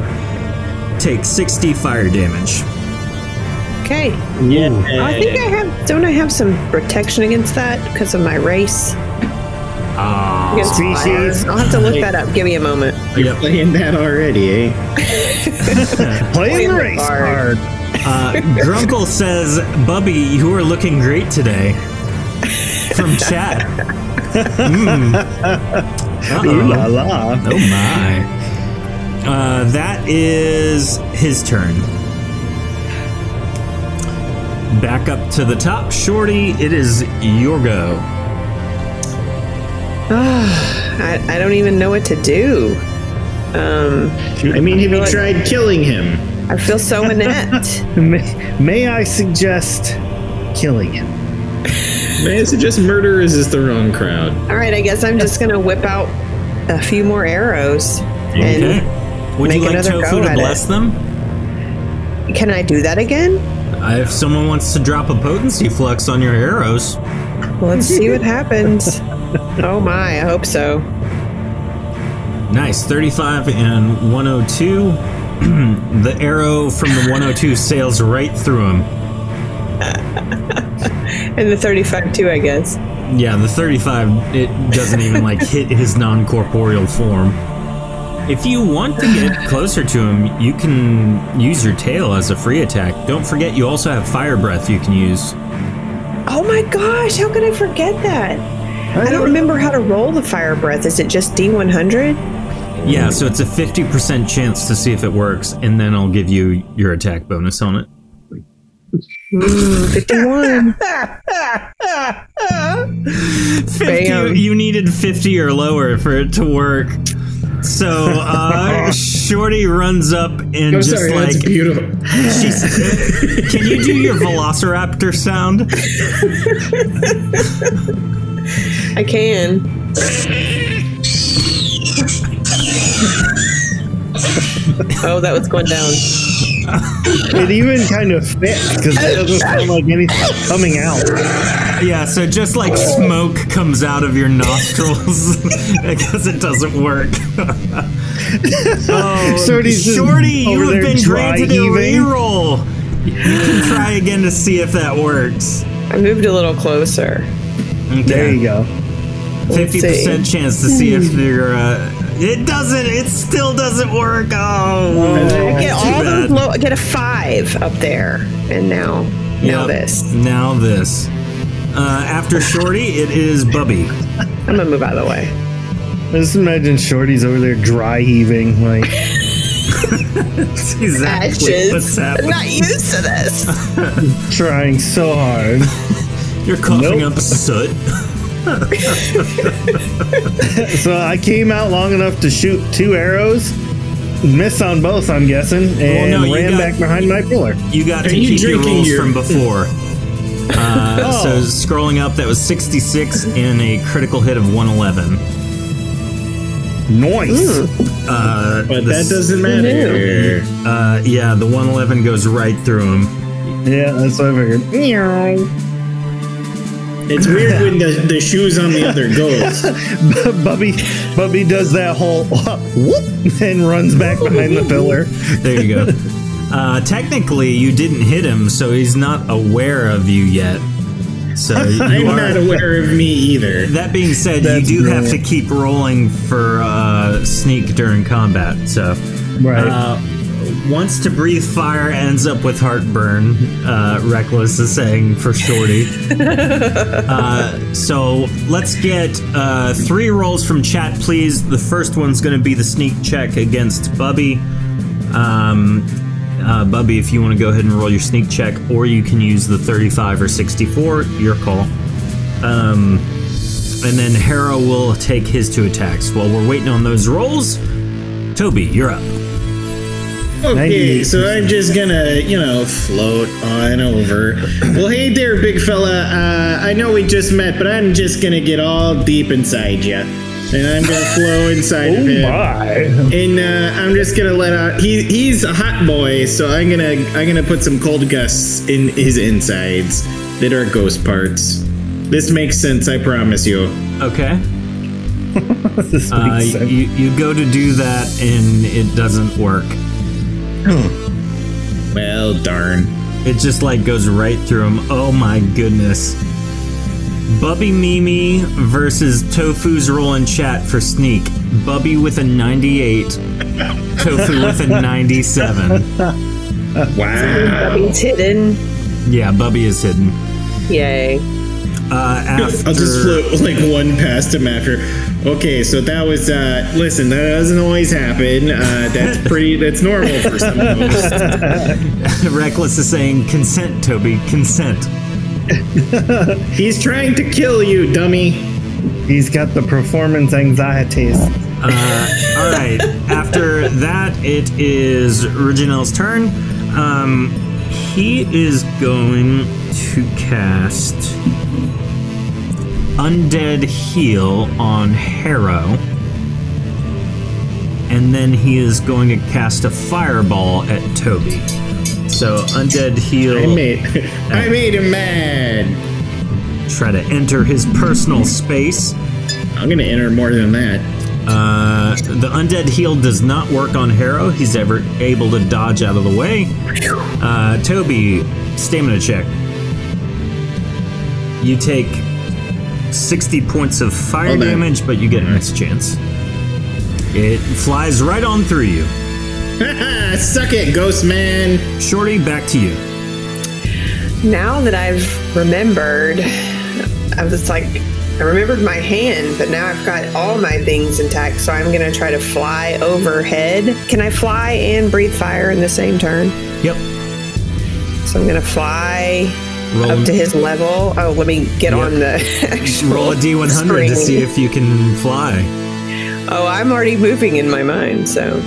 Speaker 2: take 60 fire damage.
Speaker 1: oh. Okay.
Speaker 3: Yay.
Speaker 1: I think I have. Don't I have some protection against that because of my race?
Speaker 2: Ah,
Speaker 1: Against fire?
Speaker 4: Species.
Speaker 1: I'll have to look that up. Give me a moment.
Speaker 3: You're
Speaker 2: yep.
Speaker 3: playing that already, eh?
Speaker 4: Playing
Speaker 1: Playing
Speaker 4: the
Speaker 1: the
Speaker 4: race card.
Speaker 1: card.
Speaker 2: Uh, Grunkle says, Bubby, you are looking great today. From chat. Mm.
Speaker 3: Uh-huh.
Speaker 4: Ooh
Speaker 2: Uh-oh.
Speaker 4: la la!
Speaker 2: Oh my. Uh, that is his turn. Back up to the top. Shorty, it is your go.
Speaker 1: I, I don't even know what to do. Um,
Speaker 3: I mean, have you
Speaker 1: Really?
Speaker 3: tried killing him?
Speaker 1: I feel so inept.
Speaker 4: May, may I suggest killing him?
Speaker 3: May I suggest murder is just the wrong crowd?
Speaker 1: All right, I guess I'm just gonna whip out a few more arrows.
Speaker 2: Okay.
Speaker 1: And
Speaker 2: Would you
Speaker 1: make
Speaker 2: like
Speaker 1: another
Speaker 2: Tofu
Speaker 1: go
Speaker 2: to
Speaker 1: at
Speaker 2: bless them?
Speaker 1: can I do that again?
Speaker 2: Uh, if someone wants to drop a potency flux on your arrows,
Speaker 1: Let's see what happens. Oh my, I hope so.
Speaker 2: Nice. 35 and 102. the arrow from the 102 sails right through him.
Speaker 1: And the 35 too, I guess.
Speaker 2: Yeah, the 35, it doesn't even like hit his non corporeal form. If you want to get closer to him, you can use your tail as a free attack. Don't forget, you also have fire breath you can use.
Speaker 1: Oh my gosh, how could I forget that? I don't remember how to roll the fire breath. Is it just D100?
Speaker 2: Yeah, so it's a 50% chance to see if it works, and then I'll give you your attack bonus on it.
Speaker 1: 51.
Speaker 2: 50,
Speaker 1: Bam.
Speaker 2: you needed 50 or lower for it to work. So uh, Shorty runs up and
Speaker 3: I'm
Speaker 2: just
Speaker 3: sorry,
Speaker 2: like
Speaker 3: that's beautiful.
Speaker 2: she's. Can you do your Velociraptor sound?
Speaker 1: I can. oh, that was going down.
Speaker 4: It even kind of fits because it doesn't sound like anything coming out.
Speaker 2: Yeah, so just like smoke comes out of your nostrils because it doesn't work. oh,
Speaker 4: Shorty's just
Speaker 2: Shorty, you
Speaker 4: over
Speaker 2: have
Speaker 4: there
Speaker 2: been granted a
Speaker 4: dry-heaving.
Speaker 2: reroll. You can try again to see if that works.
Speaker 1: I moved a little closer.
Speaker 2: Okay.
Speaker 4: There you go. Hmm.
Speaker 2: fifty
Speaker 1: Let's
Speaker 2: percent chance to see if you're. Uh, it doesn't. It still doesn't work. Oh,
Speaker 1: I get
Speaker 2: too
Speaker 1: all those
Speaker 2: bad.
Speaker 1: low. I get a five up there, and now,
Speaker 2: Yep,
Speaker 1: now this.
Speaker 2: Now this. Uh, after Shorty, it is Bubby.
Speaker 1: I'm gonna move out of the way.
Speaker 4: I just imagine Shorty's over there dry heaving like.
Speaker 2: That's exactly what's
Speaker 1: Ashes. I'm
Speaker 2: happening.
Speaker 1: not used to this.
Speaker 4: trying so hard.
Speaker 2: You're coughing
Speaker 4: Nope.
Speaker 2: up soot.
Speaker 4: So I came out long enough to shoot two arrows, miss on both, I'm guessing, and
Speaker 2: no, you
Speaker 4: ran
Speaker 2: got-
Speaker 4: back behind my pillar.
Speaker 2: You got to
Speaker 3: Are you
Speaker 2: keep your
Speaker 3: drinking
Speaker 2: rules
Speaker 3: your-
Speaker 2: from before. Uh, So
Speaker 4: Oh.
Speaker 2: scrolling up, that was 66 and a critical hit of 111.
Speaker 4: Nice.
Speaker 2: Uh,
Speaker 3: But
Speaker 2: the
Speaker 3: that
Speaker 2: s-
Speaker 3: doesn't matter.
Speaker 2: Uh, yeah, the 111 goes right through him.
Speaker 4: Yeah, that's what I figured. Meow.
Speaker 3: It's weird when the, the shoes on the other goes.
Speaker 4: Bubby, Bubby does that whole whoop and runs back behind the pillar.
Speaker 2: There you go. uh, technically, you didn't hit him, so he's not aware of you yet. So
Speaker 3: I'm
Speaker 2: you
Speaker 3: not
Speaker 2: are.
Speaker 3: aware of me either.
Speaker 2: That being said, you
Speaker 4: That's
Speaker 2: do have to
Speaker 4: brilliant.
Speaker 2: keep rolling for uh, sneak during combat. So,
Speaker 4: Right.
Speaker 2: uh, wants to breathe fire, ends up with heartburn. Uh, Reckless is saying for shorty. uh, so let's get uh, three rolls from chat, please. The first one's going to be the sneak check against Bubby. Um, uh, Bubby, if you want to go ahead and roll your sneak check, or you can use the 35 or 64, your call. Um, and then Harrow will take his two attacks. While we're waiting on those rolls, Toby, you're up.
Speaker 3: Okay, so I'm just gonna, you know, float on over. Well, hey there, big fella. Uh, I know we just met, but I'm just gonna get all deep inside you, and I'm gonna flow inside
Speaker 2: Oh
Speaker 3: of him.
Speaker 4: my.
Speaker 3: And uh, I'm just gonna let out. He, he's a hot boy, so I'm gonna I'm gonna put some cold gusts in his insides that are ghost parts. This makes sense, I promise you.
Speaker 2: Okay.
Speaker 4: this
Speaker 2: Uh,
Speaker 4: makes sense.
Speaker 2: you, you go to do that and it doesn't work.
Speaker 3: Well, darn.
Speaker 2: It just like goes right through him. Oh my goodness. Bubby Mimi versus Tofu's roll in chat for sneak. Bubby with a 98, Tofu with a 97.
Speaker 3: Wow.
Speaker 1: Bubby's hidden.
Speaker 2: Yeah, Bubby is hidden.
Speaker 1: Yay.
Speaker 2: Uh, after
Speaker 3: I'll just float like one past him after. Okay, so that was uh listen, that doesn't always happen. Uh that's pretty that's normal for some ghosts.
Speaker 2: Reckless is saying consent, Toby, consent.
Speaker 3: He's trying to kill you, dummy.
Speaker 4: He's got the performance anxieties.
Speaker 2: Uh, all right. After that, it is Reginald's turn. Um, he is going to cast Undead Heal on Harrow. And then he is going to cast a fireball at Toby. So Undead Heal
Speaker 3: I made I made him mad.
Speaker 2: try to enter his personal space.
Speaker 3: I'm gonna enter more than that.
Speaker 2: Uh, the undead heal does not work on Harrow. He's ever able to dodge out of the way. Uh, Toby, stamina check. You take 60 points of fire
Speaker 3: Hold on.
Speaker 2: damage, but you get a nice chance. It flies right on through you.
Speaker 3: Suck it, ghost man.
Speaker 2: Shorty, back to you.
Speaker 1: Now that I've remembered, I was like, I remembered my hand, but now I've got all my things intact, so I'm gonna try to fly overhead. Can I fly and breathe fire in the same turn?
Speaker 2: Yep.
Speaker 1: So I'm gonna fly
Speaker 2: Roll,
Speaker 1: up to his level. Oh, let me get on the actual
Speaker 2: roll a d100 to
Speaker 1: screen.
Speaker 2: see if you can fly.
Speaker 1: Oh, I'm already moving in my mind, so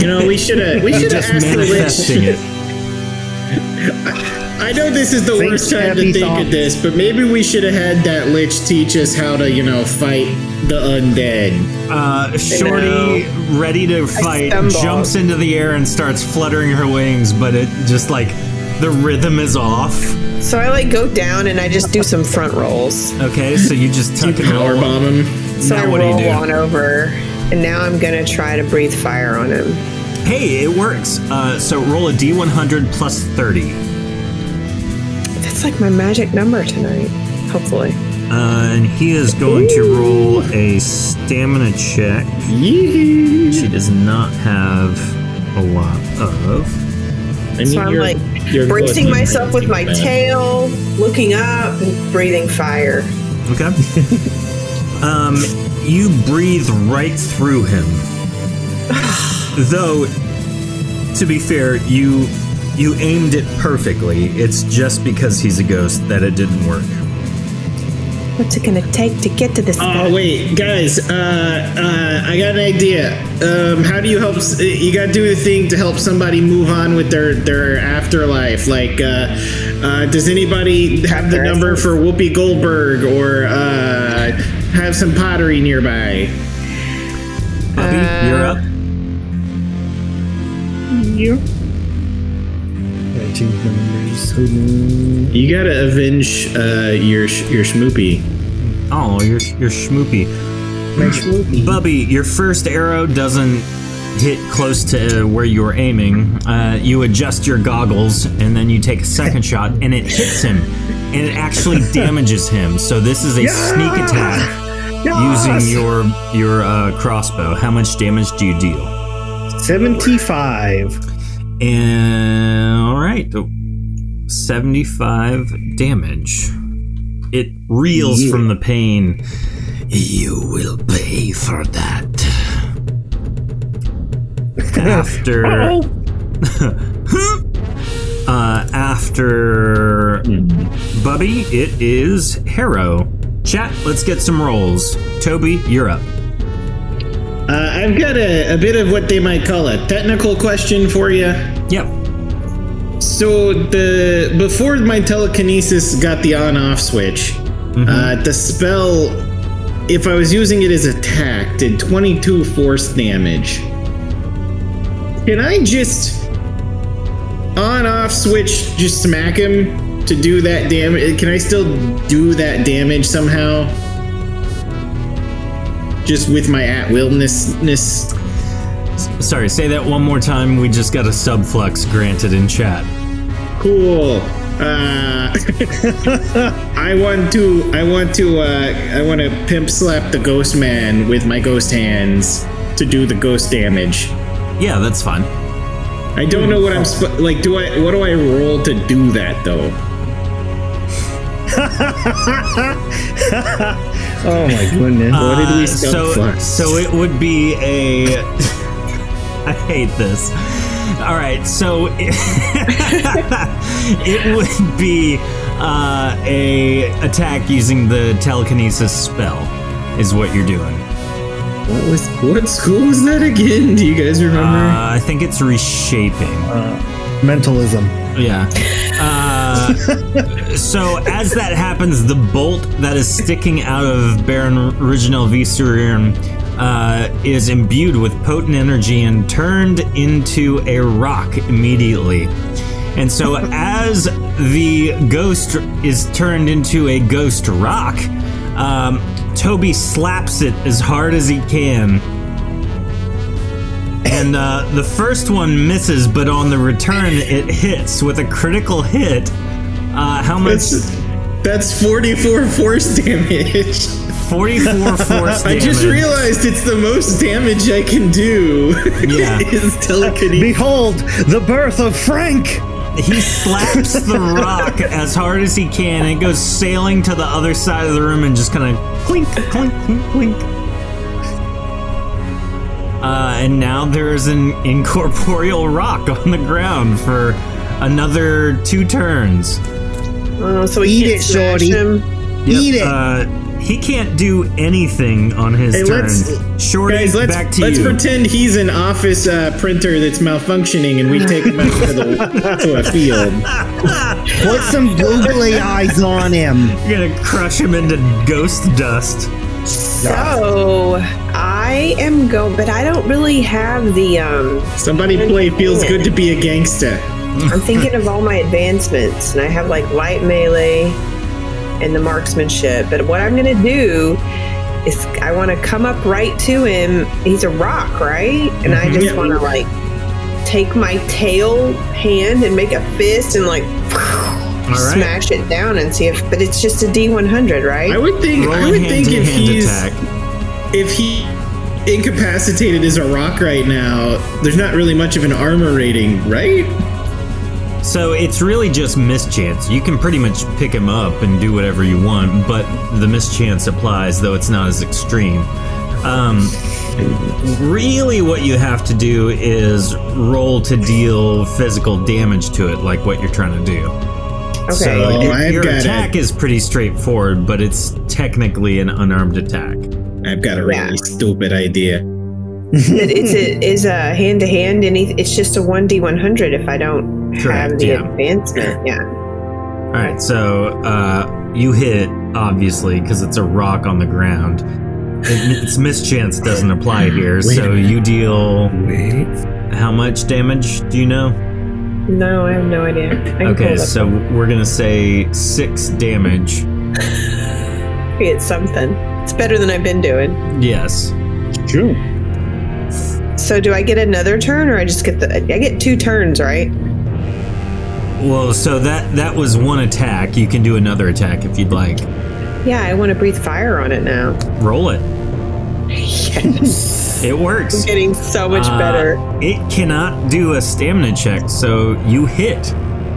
Speaker 3: You know, we should have we should have
Speaker 2: Just
Speaker 3: asked the witch.
Speaker 2: manifesting it.
Speaker 3: I know this is the
Speaker 4: Think
Speaker 3: worst time to
Speaker 4: happy
Speaker 3: think
Speaker 4: thoughts.
Speaker 3: of this, but maybe we should have had that lich teach us how to, you know, fight the undead.
Speaker 2: Uh, Shorty, ready to fight,
Speaker 1: stumbled.
Speaker 2: jumps into the air and starts fluttering her wings, but it just like the rhythm is off.
Speaker 1: so I like go down and I just do some front rolls.
Speaker 2: Okay, so you just tuck and
Speaker 3: Power
Speaker 2: roll.
Speaker 3: bomb him.
Speaker 1: So
Speaker 2: Now
Speaker 1: I
Speaker 2: what do you
Speaker 1: roll
Speaker 2: do?
Speaker 1: on over, and now I'm gonna try to breathe fire on him.
Speaker 2: Hey, it works. Uh, so roll a d100 plus 30.
Speaker 1: That's like my magic number tonight. Hopefully.
Speaker 2: Uh, and he is going to roll a stamina check. She does not have a lot of.
Speaker 3: I mean,
Speaker 1: So I'm
Speaker 3: you're-
Speaker 1: like
Speaker 3: you're good,
Speaker 1: bracing
Speaker 3: man.
Speaker 1: myself with my
Speaker 3: Bad.
Speaker 1: tail, looking up, and breathing fire.
Speaker 2: Okay. um, you breathe right through him. Though, to be fair, you you aimed it perfectly. It's just because he's a ghost that it didn't work.
Speaker 1: What's it gonna take to get to this?
Speaker 3: Oh wait, guys! Uh, uh, I got an idea. Um, how do you help? s- You got to do the thing to help somebody move on with their their afterlife. Like, uh, uh, does anybody have the number for Whoopi Goldberg or uh, have some pottery nearby?
Speaker 2: Bubby, you're up.
Speaker 3: You gotta avenge uh, your sh- your schmoopy.
Speaker 2: Oh, you're you're schmoopy. Bubby, your first arrow doesn't hit close to where you were aiming. Uh, you adjust your goggles, and then you take a second shot, and it hits him, and it actually damages him. So this is a sneak attack using your your uh, crossbow. How much damage do you deal?
Speaker 4: 75.
Speaker 2: And all right, 75 damage. It reels from the pain. You will pay for that. After. uh, after Bubby, it is Harrow. Chat, let's get some rolls. Toby, you're up.
Speaker 3: Uh, I've got a, a bit of what they might call a technical question for you.
Speaker 2: Yep.
Speaker 3: So the before my telekinesis got the on-off switch, uh, the spell, if I was using it as attack, did 22 force damage. Can I just on-off switch just smack him to do that damage? Can I still do that damage somehow? Just with my at-willness.
Speaker 2: Sorry, say that one more time. We just got a subflux granted in chat.
Speaker 3: cool. Uh, I want to, I want to, uh, I want to pimp slap the ghost man with my ghost hands to do the ghost damage.
Speaker 2: Yeah, that's fine.
Speaker 3: I don't know what I'm sp- like. Do I? What do I roll to do that though?
Speaker 4: Oh my goodness.
Speaker 3: What did we
Speaker 2: Uh,
Speaker 3: stop
Speaker 2: so,
Speaker 3: for?
Speaker 2: so it would be a. I hate this. All right, so it, it would be uh, a attack using the telekinesis spell, is what you're doing.
Speaker 3: What was? What school was that again? Do you guys remember?
Speaker 2: Uh, I think it's reshaping.
Speaker 4: Mentalism.
Speaker 2: Yeah. Uh, so as that happens, the bolt that is sticking out of Baron Original Viserion uh, is imbued with potent energy and turned into a rock immediately. And so as the ghost is turned into a ghost rock, um, Toby slaps it as hard as he can. And uh, the first one misses, but on the return, it hits with a critical hit. Uh, how much?
Speaker 3: that's that's 44 force damage.
Speaker 2: 44 force damage.
Speaker 3: I just realized it's the most damage I can do.
Speaker 2: Yeah.
Speaker 3: is telekinesis.
Speaker 4: Behold, the birth of Frank!
Speaker 2: He slaps the rock as hard as he can, and it goes sailing to the other side of the room and just kind of clink, clink, clink, clink. Uh, and now there's an incorporeal rock on the ground for another two turns.
Speaker 1: Oh, so we
Speaker 4: Eat
Speaker 1: can't
Speaker 4: it,
Speaker 1: smash
Speaker 4: shorty.
Speaker 1: him.
Speaker 4: Eat it!
Speaker 2: Uh, he can't do anything on his
Speaker 3: Hey,
Speaker 2: turn.
Speaker 3: let's-
Speaker 2: Shorty,
Speaker 3: Guys, let's
Speaker 2: back to
Speaker 3: let's
Speaker 2: you.
Speaker 3: pretend he's an office uh, printer that's malfunctioning, and we take him out to, the, to a field.
Speaker 4: Put some googly eyes on him.
Speaker 2: You're gonna crush him into ghost dust.
Speaker 1: So I am going, but I don't really have the. um
Speaker 3: Somebody play "Feels Good to Be a Gangsta."
Speaker 1: I'm thinking of all my advancements, and I have like light melee and the marksmanship. But what I'm gonna do is I want to come up right to him. He's a rock, right? And I just
Speaker 2: Mm-hmm.
Speaker 3: Yeah.
Speaker 1: want to like take my tail hand and make a fist and like
Speaker 2: right.
Speaker 1: smash it down and see if. But it's just a D100, right?
Speaker 3: I would think. I
Speaker 2: Rolling
Speaker 3: would think if
Speaker 2: hand-to-hand
Speaker 3: he's
Speaker 2: attack.
Speaker 3: if he incapacitated as a rock right now, there's not really much of an armor rating, right?
Speaker 2: So it's really just mischance. You can pretty much pick him up and do whatever you want, but the mischance applies, though it's not as extreme. Um, really, what you have to do is roll to deal physical damage to it, like what you're trying to do.
Speaker 1: okay.
Speaker 2: So
Speaker 3: Oh, I've
Speaker 2: your
Speaker 3: got it.
Speaker 2: attack is pretty straightforward, but it's technically an unarmed attack.
Speaker 3: I've got a really
Speaker 1: Yeah.
Speaker 3: stupid idea.
Speaker 1: But it's a, is a hand to hand any it's just a 1d100 if I don't
Speaker 2: Correct,
Speaker 1: have the
Speaker 2: yeah.
Speaker 1: advancement. Yeah.
Speaker 2: All right, so uh, you hit obviously because it's a rock on the ground. It, its mischance doesn't apply here, so you deal. How much damage do you know?
Speaker 1: No, I have no idea. I can
Speaker 2: Okay,
Speaker 1: pull it up.
Speaker 2: so we're gonna say six damage.
Speaker 1: it's something. It's better than I've been doing.
Speaker 2: Yes.
Speaker 4: True.
Speaker 1: So do I get another turn or I just get the I get two turns, right?
Speaker 2: Well, so that that was one attack. You can do another attack if you'd like.
Speaker 1: Yeah, I want to breathe fire on it now.
Speaker 2: Roll it.
Speaker 1: Yes. Yes.
Speaker 2: It works.
Speaker 1: Getting so much
Speaker 2: Uh,
Speaker 1: better.
Speaker 2: It cannot do a stamina check, so you hit.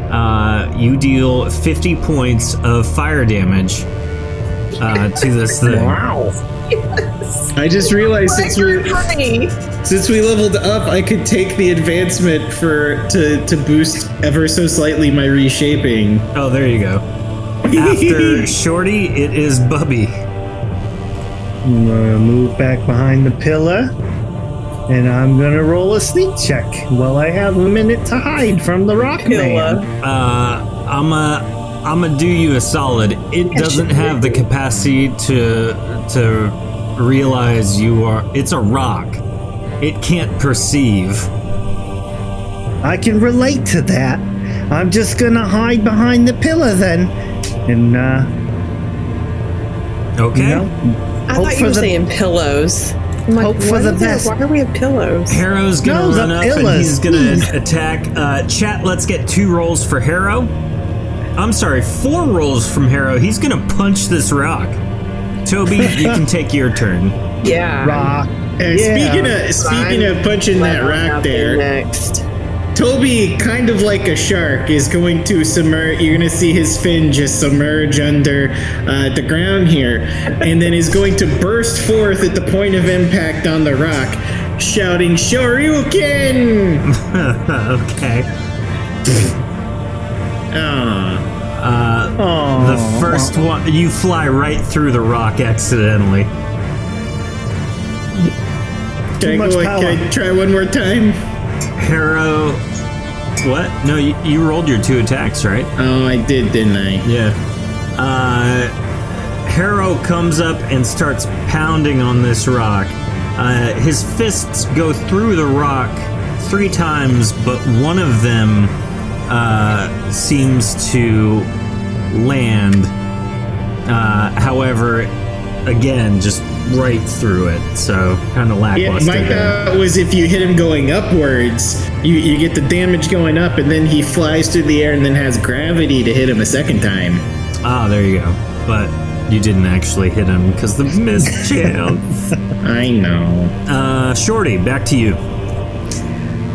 Speaker 2: Uh, you deal 50 points of fire damage uh, to this thing.
Speaker 3: I just realized since
Speaker 1: You're
Speaker 3: we
Speaker 1: funny.
Speaker 3: since we leveled up, I could take the advancement for to to boost ever so slightly my reshaping. Uh,
Speaker 2: Oh, there you go. After Shorty, it is Bubby.
Speaker 4: I'm gonna move back behind the pillar, and I'm gonna roll a sneak check while I have a minute to hide from the rock man.
Speaker 1: Killa.
Speaker 2: Uh, I'm a. I'm gonna do you a solid. It doesn't have the capacity to to realize you are. It's a rock. It can't perceive.
Speaker 4: I can relate to that. I'm just gonna hide behind the pillar then, and uh,
Speaker 2: Okay.
Speaker 4: you know,
Speaker 1: I
Speaker 4: hope
Speaker 1: thought
Speaker 4: for
Speaker 1: you were
Speaker 4: the-
Speaker 1: saying pillows. I'm like,
Speaker 4: Hope for
Speaker 1: what
Speaker 4: the
Speaker 1: is that?
Speaker 4: best.
Speaker 1: Why do we have pillows?
Speaker 2: Harrow's gonna
Speaker 4: No, the
Speaker 2: run up
Speaker 4: pillows,
Speaker 2: and he's gonna attack. Uh, chat, let's get two rolls for Harrow. I'm sorry, four rolls from Harrow. He's gonna punch this rock. Toby, you can take your turn.
Speaker 1: Yeah.
Speaker 4: rock.
Speaker 3: And
Speaker 4: Yeah.
Speaker 3: speaking of speaking
Speaker 1: I'm
Speaker 3: of punching that
Speaker 1: Well,
Speaker 3: rock
Speaker 1: nothing
Speaker 3: there,
Speaker 1: Next.
Speaker 3: Toby, kind of like a shark, is going to submerge. You're going to see his fin just submerge under uh, the ground here, and then is going to burst forth at the point of impact on the rock, shouting "Shoryuken!"
Speaker 2: okay.
Speaker 3: Ah,
Speaker 4: Oh,
Speaker 2: Uh, The first one, you fly right through the rock accidentally.
Speaker 3: can, I
Speaker 4: much
Speaker 3: go, can
Speaker 4: power.
Speaker 3: I try one more time?
Speaker 2: Harrow. What? No, you, you rolled your two attacks, right?
Speaker 3: Oh, I did, didn't I?
Speaker 2: Yeah. Uh, Harrow comes up and starts pounding on this rock. Uh, his fists go through the rock three times, but one of them uh, seems to land. Uh, however, again, just right through it. So kind of
Speaker 3: Yeah, uh,
Speaker 2: lackluster.
Speaker 3: my
Speaker 2: there.
Speaker 3: thought was if you hit him going upwards, you, you get the damage going up, and then he flies through the air and then has gravity to hit him a second time.
Speaker 2: Ah, there you go. But you didn't actually hit him because the mischance.
Speaker 3: I know.
Speaker 2: uh, Shorty, back to you.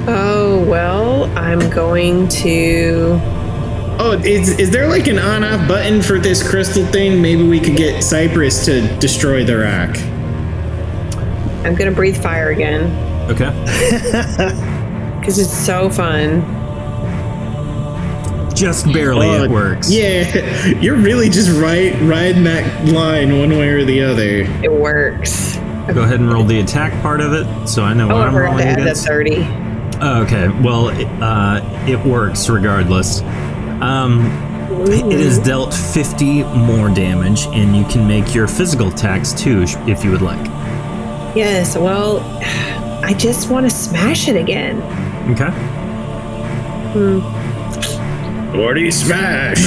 Speaker 1: Oh, well, I'm going to.
Speaker 3: Oh, is, is there like an on off button for this crystal thing? Maybe we could get Cypress to destroy the rock.
Speaker 1: I'm going to breathe fire again
Speaker 2: Okay.
Speaker 1: because it's so fun.
Speaker 2: Just barely
Speaker 3: Oh,
Speaker 2: it works.
Speaker 3: Yeah, you're really just right riding that line one way or the other.
Speaker 1: It works.
Speaker 2: Go ahead and roll the attack part of it, so I know
Speaker 1: Oh,
Speaker 2: what
Speaker 1: I
Speaker 2: I'm
Speaker 1: forgot
Speaker 2: rolling
Speaker 1: to add the
Speaker 2: against.
Speaker 1: 30.
Speaker 2: Oh, okay. Well, it, uh, it works regardless. Um, it is dealt 50 more damage, and you can make your physical attacks too sh- if you would like.
Speaker 1: Yes, well, I just want to smash it again.
Speaker 2: Okay.
Speaker 3: Forty smash!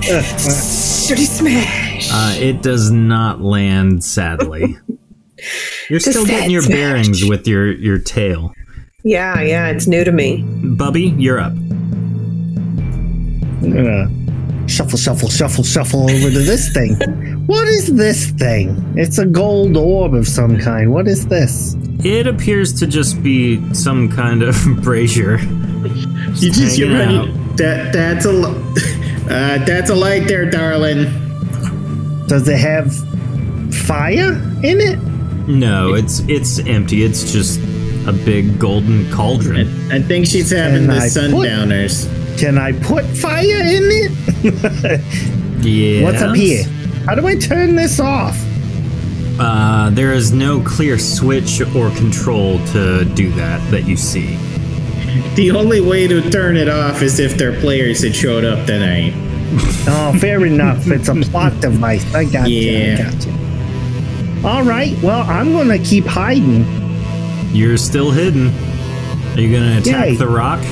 Speaker 1: Dirty smash.
Speaker 2: Uh, it does not land, sadly. You're still getting your
Speaker 1: sad
Speaker 2: bearings
Speaker 1: smash.
Speaker 2: with your, your tail.
Speaker 1: Yeah, yeah, it's new to me.
Speaker 2: Bubby, you're up.
Speaker 4: I'm gonna shuffle, shuffle, shuffle, shuffle over to this thing. what is this thing? It's a gold orb of some kind. What is this?
Speaker 2: It appears to just be some kind of brazier.
Speaker 3: you just you're
Speaker 2: Hanging
Speaker 3: ready. That that's a li- uh, that's a light there, darling.
Speaker 4: Does it have fire in it?
Speaker 2: No, it's it's empty. It's just a big golden cauldron.
Speaker 3: I think she's having
Speaker 4: And
Speaker 3: the
Speaker 4: I put-
Speaker 3: sundowners.
Speaker 4: Can I put fire in it?
Speaker 2: Yeah.
Speaker 4: What's up here? How do I turn this off?
Speaker 2: Uh, there is no clear switch or control to do that that you see.
Speaker 3: The only way to turn it off is if their players had showed up tonight.
Speaker 4: Oh, fair enough. It's a plot device. I got you. I
Speaker 3: Yeah.
Speaker 4: got you. All right. Well, I'm gonna keep hiding.
Speaker 2: You're still hidden. Are you gonna attack
Speaker 4: Yay.
Speaker 2: the rock?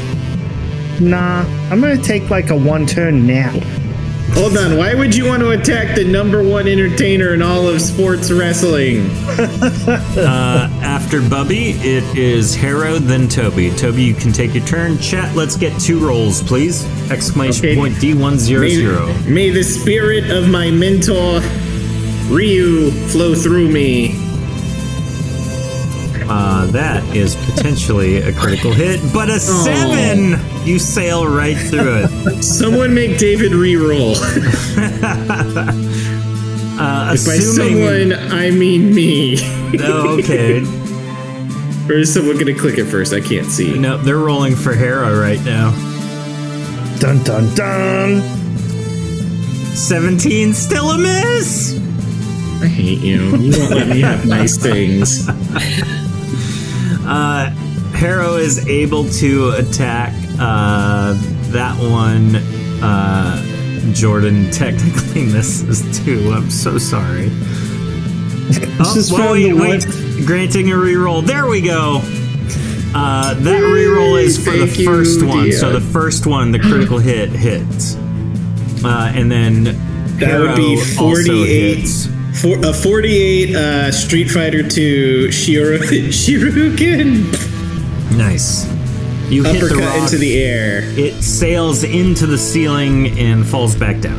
Speaker 4: Nah, I'm gonna take like a one-turn nap.
Speaker 3: Hold on, why would you want to attack the number one entertainer in all of sports wrestling?
Speaker 2: Uh, after Bubby, it is Harrow, then Toby. Toby, you can take your turn. Chat, let's get two rolls, please! Exclamation
Speaker 3: Okay.
Speaker 2: point D100.
Speaker 3: May, may the spirit of my mentor Ryu flow through me.
Speaker 2: Uh, that is potentially a critical hit, but a seven! You sail right through it.
Speaker 3: Someone make David re-roll.
Speaker 2: Uh,
Speaker 3: By
Speaker 2: assuming.
Speaker 3: someone, I mean me.
Speaker 2: Oh, okay.
Speaker 3: Or is someone gonna click it first? I can't see.
Speaker 2: No, they're rolling for Hera right now.
Speaker 4: Dun dun dun.
Speaker 2: 17, still a miss!
Speaker 3: I hate you. You won't let me have nice things.
Speaker 2: Uh, Harrow is able to attack uh, that one. Uh, Jordan technically misses too. I'm so sorry. Oh,
Speaker 3: is
Speaker 2: well,
Speaker 3: from
Speaker 2: wait,
Speaker 3: the
Speaker 2: wait. Granting a reroll. There we go. Uh, that reroll is for the
Speaker 3: Thank you,
Speaker 2: first one. So
Speaker 3: dear.
Speaker 2: the first one, the critical hit hits, uh, and then
Speaker 3: That would be
Speaker 2: Harrow also
Speaker 3: 48.
Speaker 2: hits.
Speaker 3: For, a 48 uh, Street Fighter 2 Shiro, Shiruken
Speaker 2: Nice. You hit the
Speaker 3: uppercut
Speaker 2: rock.
Speaker 3: into the air.
Speaker 2: It sails into the ceiling and falls back down.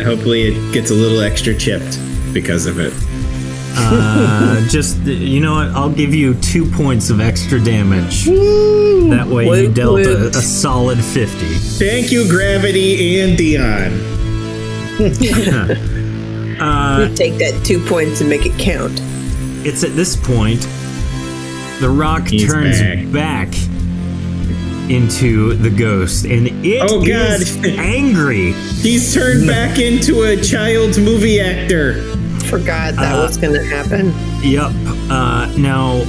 Speaker 3: Hopefully, it gets a little extra chipped because of it.
Speaker 2: Uh, just you know what? I'll give you two points of extra damage. That way you
Speaker 1: Woot,
Speaker 2: dealt a,
Speaker 1: woot.
Speaker 2: a solid fifty.
Speaker 3: Thank you, Gravity and Dion. Uh,
Speaker 1: You take that two points and make it count.
Speaker 2: It's at this point the rock
Speaker 3: He's
Speaker 2: turns
Speaker 3: back.
Speaker 2: back. into the ghost, and it is
Speaker 3: Oh, God.
Speaker 2: angry.
Speaker 3: He's turned back into a child's movie actor.
Speaker 1: Forgot that
Speaker 2: Uh,
Speaker 1: was going to happen.
Speaker 2: Yep. Uh, now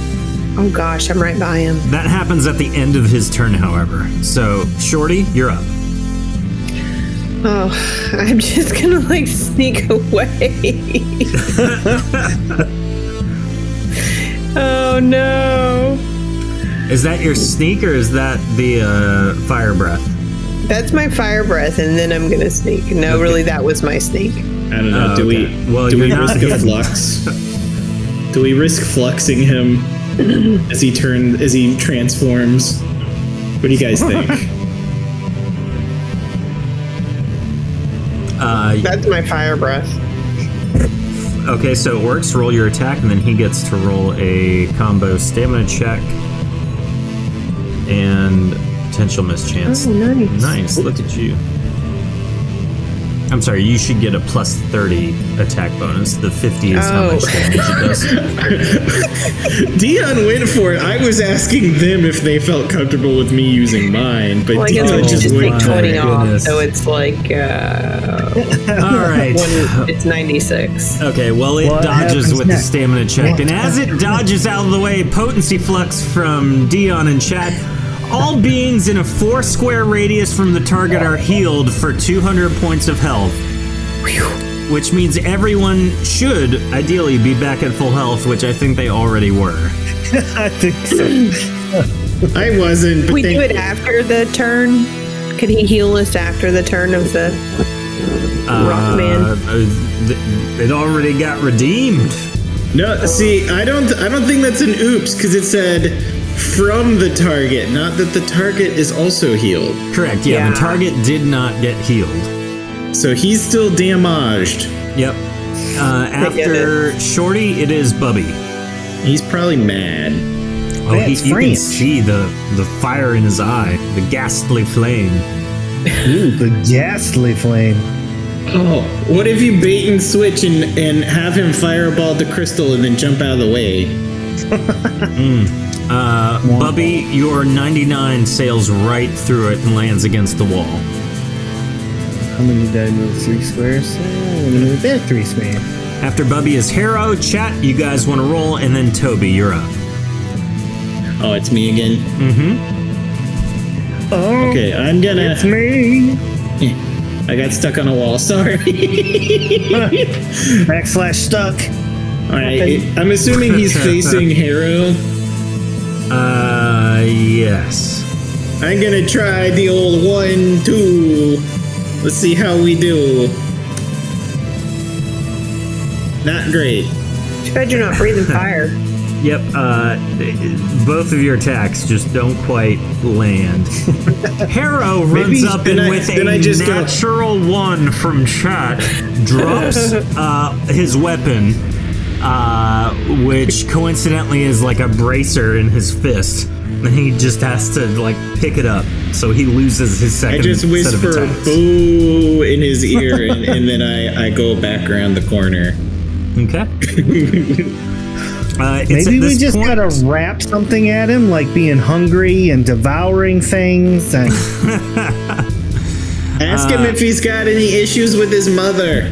Speaker 1: Oh gosh, I'm right by him.
Speaker 2: that happens at the end of his turn, however. So Shorty, you're up.
Speaker 1: Oh, I'm just gonna like sneak away. oh no.
Speaker 2: Is that your sneak or is that the uh, fire breath?
Speaker 1: That's my fire breath, and then I'm gonna sneak. No, really, that was my sneak.
Speaker 3: I don't know.
Speaker 2: Oh,
Speaker 3: do
Speaker 2: okay.
Speaker 3: we?
Speaker 2: Well,
Speaker 3: do we
Speaker 2: you're not
Speaker 3: risk a
Speaker 2: getting-
Speaker 3: flux? do we risk fluxing him as he turn as he transforms? What do you guys think?
Speaker 2: Uh,
Speaker 1: That's my fire breath.
Speaker 2: okay, so it works. Roll your attack, and then he gets to roll a combo stamina check and potential mischance.
Speaker 1: Oh, nice.
Speaker 2: Nice. Look at you. I'm sorry. You should get a plus thirty attack bonus. The fifty is how
Speaker 1: Oh.
Speaker 2: much damage it does.
Speaker 3: Dion went for it. I was asking them if they felt comfortable with me using mine, but
Speaker 1: Well, I guess
Speaker 3: Dion
Speaker 1: we should
Speaker 3: just,
Speaker 1: just
Speaker 3: went
Speaker 1: take
Speaker 2: my
Speaker 3: for
Speaker 1: 20
Speaker 3: it.
Speaker 1: off,
Speaker 2: goodness.
Speaker 1: so it's like uh,
Speaker 2: All right.
Speaker 1: one, it's 96.
Speaker 2: Okay, well, it
Speaker 4: What
Speaker 2: dodges
Speaker 4: happens
Speaker 2: with
Speaker 4: next?
Speaker 2: the stamina check.
Speaker 4: What
Speaker 2: and as it dodges out of the way, potency flux from Dion and Chat. All beings in a four square radius from the target are healed for 200 points of health. Which means everyone should ideally be back at full health, which I think they already were.
Speaker 4: I think so.
Speaker 3: I wasn't. But
Speaker 1: We
Speaker 3: thank
Speaker 1: do it
Speaker 3: you.
Speaker 1: after the turn. Could he heal us after the turn of the rock
Speaker 2: Uh,
Speaker 1: man?
Speaker 2: uh, th- it already got redeemed.
Speaker 3: No, see, I don't. I don't think that's an oops because it said from the target, not that the target is also healed.
Speaker 2: Correct, yeah,
Speaker 1: Yeah.
Speaker 2: the target did not get healed.
Speaker 3: So he's still damaged.
Speaker 2: Yep. Uh,
Speaker 1: get
Speaker 2: after Shorty, it is Bubby.
Speaker 3: He's probably mad.
Speaker 2: Oh, he,
Speaker 4: That's
Speaker 2: you can
Speaker 4: French.
Speaker 2: see the, the fire in his eye, the ghastly flame.
Speaker 4: Ooh, the ghastly flame.
Speaker 3: Oh, what if you bait and switch and and have him fireball the crystal and then jump out of the way?
Speaker 2: Uh, Bubby, your 99 sails right through it and lands against the wall.
Speaker 4: How many did I move? Three squares? Oh, I'm gonna move that three squares.
Speaker 2: After Bubby is Harrow, Chat, you guys want to roll, and then Toby, you're up.
Speaker 3: Oh, it's me again.
Speaker 4: Oh,
Speaker 3: Okay, I'm gonna.
Speaker 4: it's me.
Speaker 3: I got stuck on a wall. Sorry.
Speaker 4: Backslash stuck.
Speaker 3: All right, I'm assuming he's facing Harrow.
Speaker 2: Uh, yes.
Speaker 3: I'm gonna try the old one, two. Let's see how we do. Not great.
Speaker 1: Too bad you're not breathing fire.
Speaker 2: Yep, uh, both of your attacks just don't quite land. Harrow runs
Speaker 3: Maybe-
Speaker 2: up
Speaker 3: then
Speaker 2: and
Speaker 3: I-
Speaker 2: with
Speaker 3: then
Speaker 2: a
Speaker 3: I just go-
Speaker 2: natural one from Chat drops uh, his weapon uh, which coincidentally is like a bracer in his fist. And he just has to like pick it up, so he loses his second.
Speaker 3: I just
Speaker 2: set of
Speaker 3: whisper
Speaker 2: attacks.
Speaker 3: boo in his ear, and, and then I, I go back around the corner.
Speaker 2: Okay. uh, it's
Speaker 4: Maybe
Speaker 2: at
Speaker 4: we
Speaker 2: this
Speaker 4: just
Speaker 2: point-
Speaker 4: gotta rap something at him, like being hungry and devouring things. And
Speaker 3: Ask him
Speaker 2: Uh.
Speaker 3: if he's got any issues with his mother.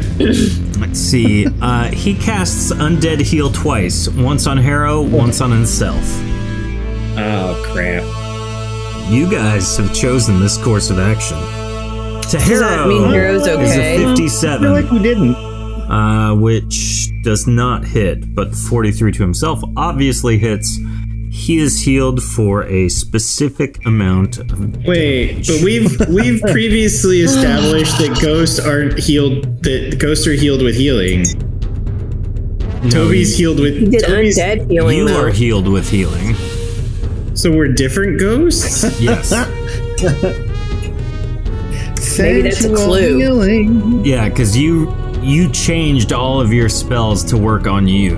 Speaker 2: Let's see. Uh, he casts Undead Heal twice once on Harrow, once on himself.
Speaker 3: Oh, crap.
Speaker 2: You guys have chosen this course of action. To
Speaker 1: Does
Speaker 2: Harrow
Speaker 1: that mean Hero's
Speaker 2: is a
Speaker 1: okay?
Speaker 4: I feel
Speaker 2: 57,
Speaker 4: like we didn't.
Speaker 2: uh, which does not hit, but 43 to himself obviously hits. He is healed for a specific amount of
Speaker 3: Wait, but we've we've previously established that ghosts aren't healed. That ghosts are healed with healing. Toby's healed with.
Speaker 1: He did
Speaker 3: Toby's-
Speaker 1: undead healing
Speaker 2: You
Speaker 1: though.
Speaker 2: are healed with healing.
Speaker 3: So we're different ghosts.
Speaker 2: Yes.
Speaker 1: Maybe that's a
Speaker 4: Sensual
Speaker 1: clue.
Speaker 4: healing.
Speaker 2: yeah, because you you changed all of your spells to work on you.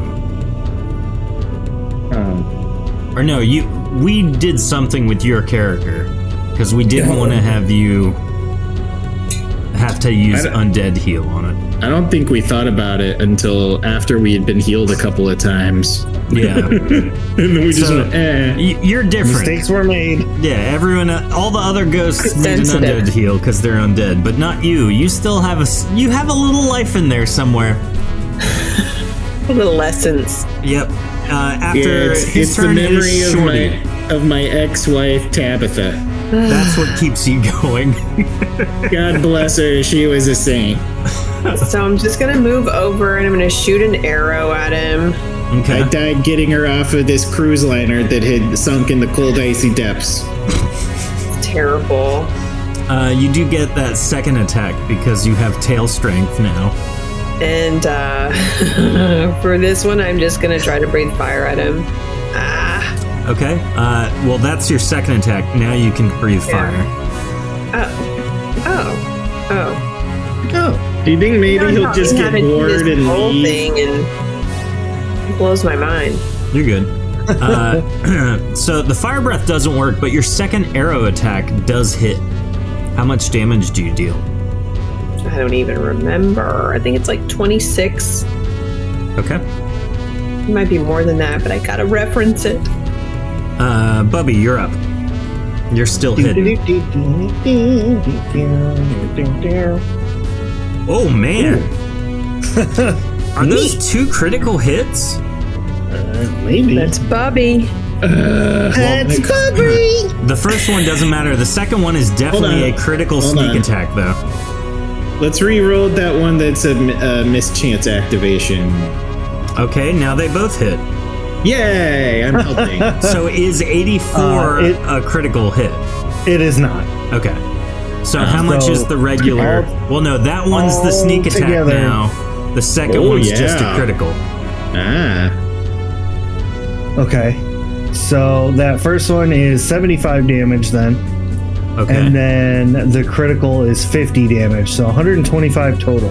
Speaker 3: Hmm.
Speaker 2: Or no, you we did something with your character because we didn't want to have you have to use
Speaker 3: I
Speaker 2: undead heal on it.
Speaker 3: I don't think we thought about it until after we had been healed a couple of times,
Speaker 2: Yeah,
Speaker 3: and then we just
Speaker 2: So-
Speaker 3: went. Eh.
Speaker 2: Y- you're different.
Speaker 4: Mistakes were made.
Speaker 2: Yeah, everyone, uh, all the other ghosts need an
Speaker 1: Sensitive.
Speaker 2: undead heal because they're undead, but not you. You still have a s- you have a little life in there somewhere.
Speaker 1: Little essence.
Speaker 2: Yep. Uh, after
Speaker 3: Yeah, it's,
Speaker 2: his
Speaker 3: it's the
Speaker 2: turn
Speaker 3: memory
Speaker 2: is
Speaker 3: of
Speaker 2: shorty.
Speaker 3: my of my ex-wife Tabitha.
Speaker 2: That's what keeps you going.
Speaker 3: God bless her. She was a saint.
Speaker 1: So I'm just gonna move over and I'm gonna shoot an arrow at him.
Speaker 2: okay.
Speaker 3: I died getting her off of this cruise liner that had sunk in the cold, icy depths.
Speaker 1: It's terrible.
Speaker 2: Uh, you do get that second attack because you have tail strength now.
Speaker 1: And uh, for this one, I'm just gonna try to breathe fire at him. Ah,
Speaker 2: Okay. Uh, well, that's your second attack. Now you can breathe
Speaker 1: Yeah.
Speaker 2: fire.
Speaker 1: oh, oh.
Speaker 3: Oh, do you think maybe
Speaker 1: I
Speaker 3: he'll
Speaker 1: thought
Speaker 3: just
Speaker 1: we
Speaker 3: get
Speaker 1: had to do this
Speaker 3: bored and
Speaker 1: whole
Speaker 3: leave?
Speaker 1: thing and it blows my mind.
Speaker 2: You're good. Uh, so the fire breath doesn't work, but your second arrow attack does hit. How much damage do you deal?
Speaker 1: I don't even remember. I think it's like 26.
Speaker 2: Okay.
Speaker 1: It might be more than that, but I gotta reference it.
Speaker 2: Uh, Bubby, you're up. You're still hidden. Oh man. Are those two critical hits?
Speaker 4: Maybe. Uh,
Speaker 1: That's Bobby.
Speaker 4: That's Bobby.
Speaker 2: The first one doesn't matter. The second one is definitely a
Speaker 3: on.
Speaker 2: critical
Speaker 3: Hold
Speaker 2: sneak
Speaker 3: on.
Speaker 2: attack, though.
Speaker 3: Let's re-roll that one that's a, mi- a mischance activation.
Speaker 2: Okay, now they both hit.
Speaker 3: Yay! I'm helping.
Speaker 2: So is 84
Speaker 4: Uh, it-
Speaker 2: a critical hit?
Speaker 4: It is not.
Speaker 2: Okay. So how much
Speaker 4: so-
Speaker 2: is the regular? well, no, that one's the sneak attack
Speaker 4: Altogether.
Speaker 2: now. The second
Speaker 3: Oh,
Speaker 2: one's just a
Speaker 3: yeah.
Speaker 2: critical.
Speaker 3: ah,
Speaker 4: Okay. So that first one is 75 damage then.
Speaker 2: Okay.
Speaker 4: And then the critical is 50 damage, so 125 total.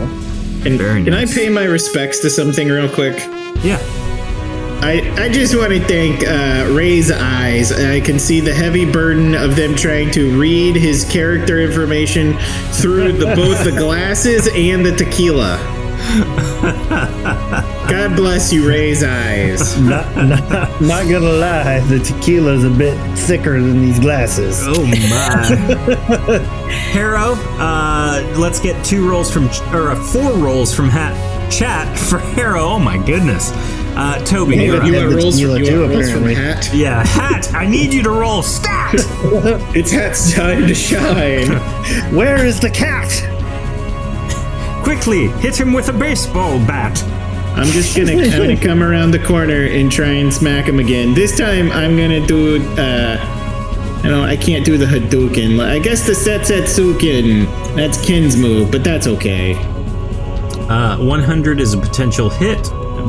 Speaker 3: and
Speaker 2: Very
Speaker 3: can I
Speaker 2: nice.
Speaker 3: pay my respects to something real quick?
Speaker 2: yeah.
Speaker 3: I, I just want to thank uh, Ray's eyes. I can see the heavy burden of them trying to read his character information through the, both the glasses and the tequila. God bless you, Ray's eyes.
Speaker 4: Not, not, not gonna lie, the tequila's a bit thicker than these glasses.
Speaker 2: Oh my. Harrow, uh, let's get two rolls from or uh, four rolls from hat chat for Harrow. Oh my goodness. Uh, Toby,
Speaker 4: Hey,
Speaker 2: you're
Speaker 4: if
Speaker 2: up.
Speaker 4: you- have the tequila
Speaker 3: you
Speaker 4: too,
Speaker 3: want rolls from
Speaker 4: apparently.
Speaker 3: hat?
Speaker 2: yeah, hat. I need you to roll stat.
Speaker 3: It's hat's time to shine.
Speaker 4: Where is the cat?
Speaker 2: Quickly, hit him with a baseball bat.
Speaker 3: I'm just gonna I'm gonna come around the corner and try and smack him again. This time I'm gonna do uh I don't I can't do the Hadouken. I guess the Setsetsuken. That's Kin's move, but that's okay.
Speaker 2: Uh, 100 is a potential hit,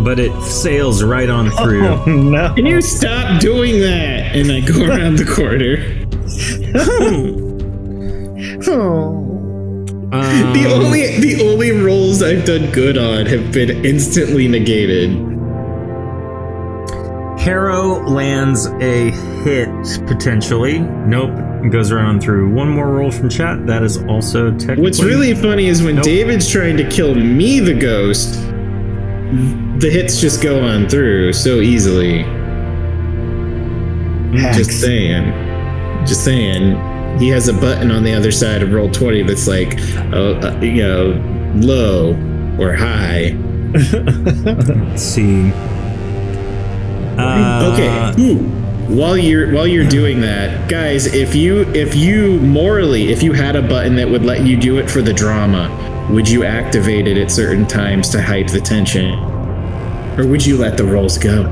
Speaker 2: but it sails right on through.
Speaker 4: Oh, No.
Speaker 3: Can you stop doing that? And I go around the corner.
Speaker 2: Um,
Speaker 3: The only the only rolls I've done good on have been instantly negated.
Speaker 2: Caro lands a hit potentially. Nope. Goes around through one more roll from chat. That is also technically.
Speaker 3: What's really funny is when
Speaker 2: Nope.
Speaker 3: David's trying to kill me, the ghost, the hits just go on through so easily. Just saying. Just saying. He has a button on the other side of roll 20 that's like, uh, uh, you know, low or high.
Speaker 2: Let's see. Uh,
Speaker 3: okay. Ooh. While you're while you're doing that, guys, if you if you morally if you had a button that would let you do it for the drama, would you activate it at certain times to hype the tension? Or would you let the rolls go?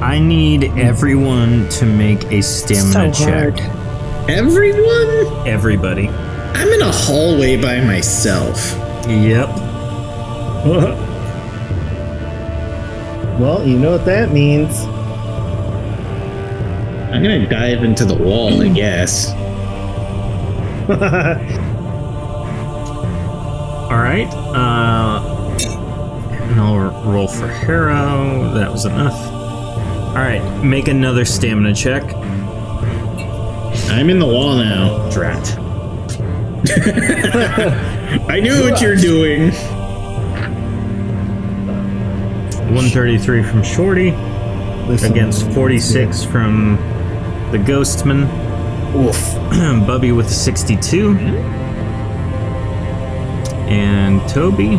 Speaker 2: I need everyone to make a stamina
Speaker 1: so
Speaker 2: check.
Speaker 1: hard.
Speaker 3: Everyone?
Speaker 2: Everybody.
Speaker 3: I'm in a hallway by myself.
Speaker 2: Yep.
Speaker 4: Well, you know what that means.
Speaker 3: I'm gonna dive into the wall, I
Speaker 2: Mm.
Speaker 3: guess.
Speaker 2: All right. Uh, and I'll r- roll for Harrow. That was enough. All right. Make another stamina check.
Speaker 3: I'm in the wall now.
Speaker 2: Drat.
Speaker 3: I knew what you're doing.
Speaker 2: 133 from Shorty against 46 from the Ghostman. Oof. Bubby with 62. And Toby,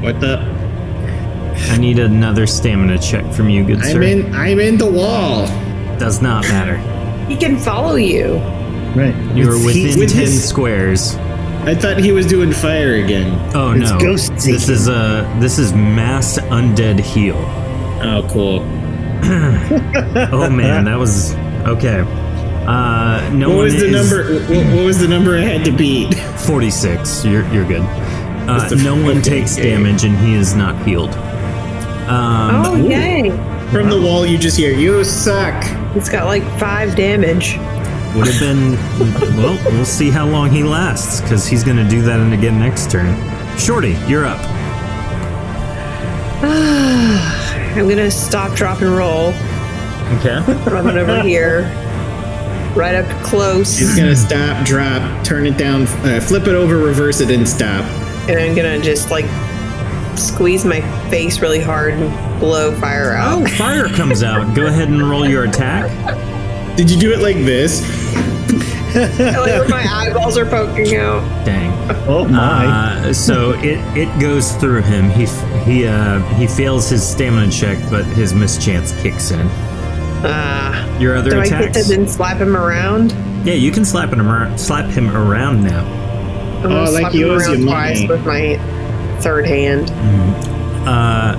Speaker 3: What the?
Speaker 2: I need another stamina check from you, good sir.
Speaker 3: I'm in I'm in the wall.
Speaker 2: Does not matter.
Speaker 1: He can follow you.
Speaker 4: Right.
Speaker 2: You are
Speaker 4: It's
Speaker 2: within
Speaker 4: heat-
Speaker 3: with
Speaker 2: 10
Speaker 3: his-
Speaker 2: squares.
Speaker 3: I thought he was doing fire again.
Speaker 2: Oh
Speaker 4: It's
Speaker 2: no.
Speaker 4: ghost
Speaker 2: this
Speaker 4: seeking.
Speaker 2: is a this is mass undead heal.
Speaker 3: Oh cool.
Speaker 2: Oh man, that was okay. Uh no
Speaker 3: What
Speaker 2: one
Speaker 3: was the
Speaker 2: is-
Speaker 3: number? What, what was the number I had to beat?
Speaker 2: 46. You're, you're good. Uh,
Speaker 3: Just a
Speaker 2: no one
Speaker 3: fucking
Speaker 2: takes
Speaker 3: game.
Speaker 2: damage and he is not healed. Um,
Speaker 1: oh, yay.
Speaker 3: From the wall, you just hear "You suck."
Speaker 1: It's got like five damage.
Speaker 2: Would have been. well, we'll see how long he lasts because he's going to do that and again next turn. Shorty, you're up.
Speaker 1: I'm gonna stop, drop, and roll.
Speaker 2: Okay.
Speaker 1: Run over here. Right up
Speaker 3: He's
Speaker 1: close.
Speaker 3: gonna stop, drop, turn it down, uh, flip it over, reverse it, and stop.
Speaker 1: And I'm gonna just like squeeze my face really hard and blow fire out.
Speaker 2: Oh, fire comes out. Go ahead and roll your attack.
Speaker 3: Did you do it like this?
Speaker 2: Oh.
Speaker 1: like where my eyeballs are poking out.
Speaker 2: Dang.
Speaker 4: Oh my.
Speaker 2: Uh, so it, it goes through him. He f- he uh, he fails his stamina check, but his mischance kicks in.
Speaker 1: Ah.
Speaker 2: Your other
Speaker 1: do I get
Speaker 2: attacks?
Speaker 1: to then slap him around?
Speaker 2: yeah, you can slap him around, slap him around now.
Speaker 1: I'm gonna
Speaker 3: Oh, like
Speaker 1: slap
Speaker 3: he
Speaker 1: him
Speaker 3: owes you
Speaker 1: around twice
Speaker 3: money.
Speaker 1: with my third hand.
Speaker 2: Uh,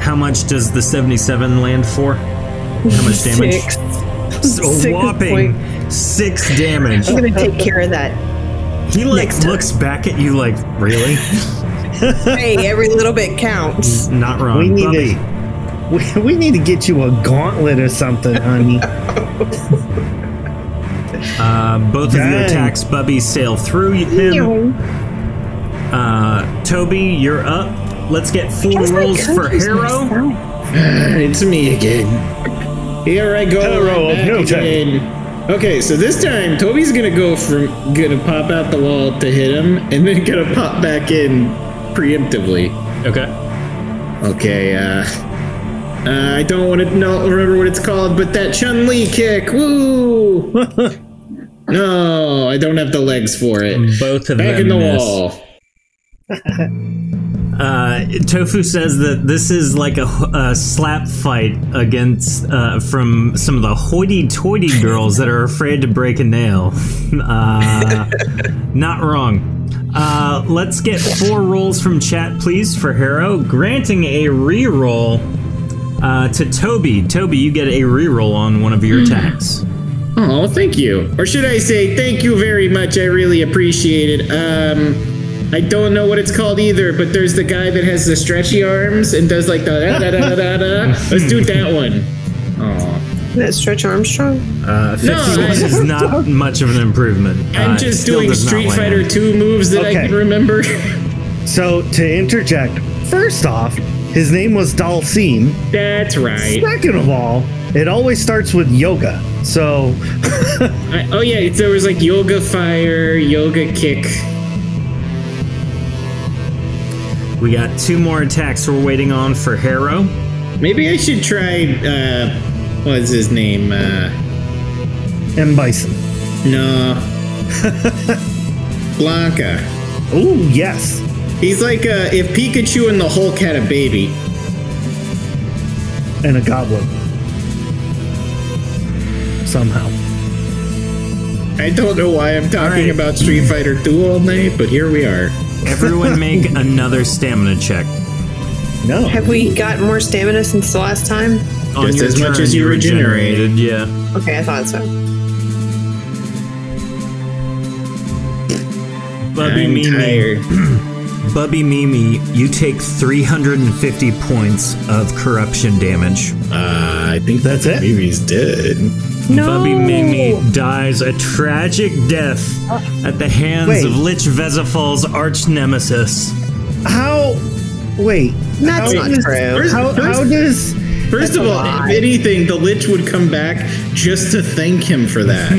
Speaker 2: how much does the 77 land for? How much damage?
Speaker 1: Six.
Speaker 2: S- A
Speaker 1: Six
Speaker 2: whopping six damage.
Speaker 1: I'm gonna take care of that.
Speaker 2: He like
Speaker 1: Next time.
Speaker 2: looks back at you like, really?
Speaker 1: hey, every little bit counts.
Speaker 2: Not wrong.
Speaker 4: we need
Speaker 2: Bubby.
Speaker 4: to. We, we need to get you a gauntlet or something, honey.
Speaker 2: uh, both of your
Speaker 4: Dang.
Speaker 2: attacks, Bubby, sail through him. Uh, Toby, you're up. Let's get four
Speaker 1: Guess I
Speaker 2: rolls
Speaker 1: could
Speaker 2: for
Speaker 1: use
Speaker 2: Harrow.
Speaker 1: myself.
Speaker 3: Uh, It's me again. Here I go.
Speaker 4: Hello,
Speaker 3: I'm back
Speaker 4: no time.
Speaker 3: again. Okay, so this time Toby's gonna go from gonna pop out the wall to hit him, and then gonna pop back in preemptively.
Speaker 2: Okay.
Speaker 3: Okay, uh, uh, I don't want to know, remember what it's called, but that Chun Li kick, woo! no, I don't have the legs for it.
Speaker 2: Both of
Speaker 3: Back
Speaker 2: them
Speaker 3: in the
Speaker 2: miss.
Speaker 3: wall.
Speaker 2: Uh, Tofu says that this is like a, a slap fight against uh, from some of the hoity-toity girls that are afraid to break a nail. Uh, not wrong. Uh, let's get four rolls from chat, please, for Harrow, granting a reroll uh, to Toby. Toby, you get a reroll on one of your
Speaker 3: Hmm.
Speaker 2: attacks.
Speaker 3: Oh, thank you. Or should I say, thank you very much. I really appreciate it. Um, I don't know what it's called either, but there's the guy that has the stretchy arms and does like the da da da da da. da. Let's do that one. Oh,
Speaker 1: That Stretch Armstrong?
Speaker 2: Uh, 51
Speaker 3: I-
Speaker 2: is not much of an improvement. Uh,
Speaker 3: I'm
Speaker 2: it
Speaker 3: just
Speaker 2: still
Speaker 3: doing
Speaker 2: does not
Speaker 3: Street
Speaker 2: land.
Speaker 3: Fighter 2 moves that
Speaker 4: Okay.
Speaker 3: I can remember.
Speaker 4: So to interject, first off, His name was Dalsim.
Speaker 3: That's right.
Speaker 4: Second of all, it always starts with yoga. So,
Speaker 3: I, oh yeah, there was like yoga fire, yoga kick.
Speaker 2: We got two more attacks we're waiting on for Harrow.
Speaker 3: Maybe I should try. Uh, what's his name? Uh,
Speaker 4: M. Bison.
Speaker 3: no, Blanca.
Speaker 4: Ooh, yes.
Speaker 3: He's like uh, if Pikachu and the Hulk had a baby.
Speaker 4: And a goblin. Somehow.
Speaker 3: I don't know why I'm talking
Speaker 2: right.
Speaker 3: about Street Fighter 2 all night, but here we are.
Speaker 2: Everyone make another stamina check.
Speaker 4: No.
Speaker 1: Have we gotten more stamina since the last time?
Speaker 2: On
Speaker 3: Just
Speaker 2: your
Speaker 3: as much
Speaker 2: turn,
Speaker 3: as you regenerate.
Speaker 2: regenerated. Yeah.
Speaker 1: Okay, I thought so.
Speaker 2: Bubby
Speaker 3: I'm
Speaker 2: Mimi.
Speaker 3: tired.
Speaker 2: Bubby Mimi, you take 350 points of corruption damage.
Speaker 3: Uh, I think
Speaker 4: That's it?
Speaker 3: Mimi's dead.
Speaker 1: No.
Speaker 2: Bubby Mimi dies a tragic death at the hands
Speaker 4: Wait.
Speaker 2: of Lich Vesifal's arch nemesis.
Speaker 4: How? Wait.
Speaker 1: That's
Speaker 4: how
Speaker 1: not
Speaker 4: does-
Speaker 1: true.
Speaker 4: How, how does.
Speaker 3: First of all, if anything, the Lich would come back just to thank him for that.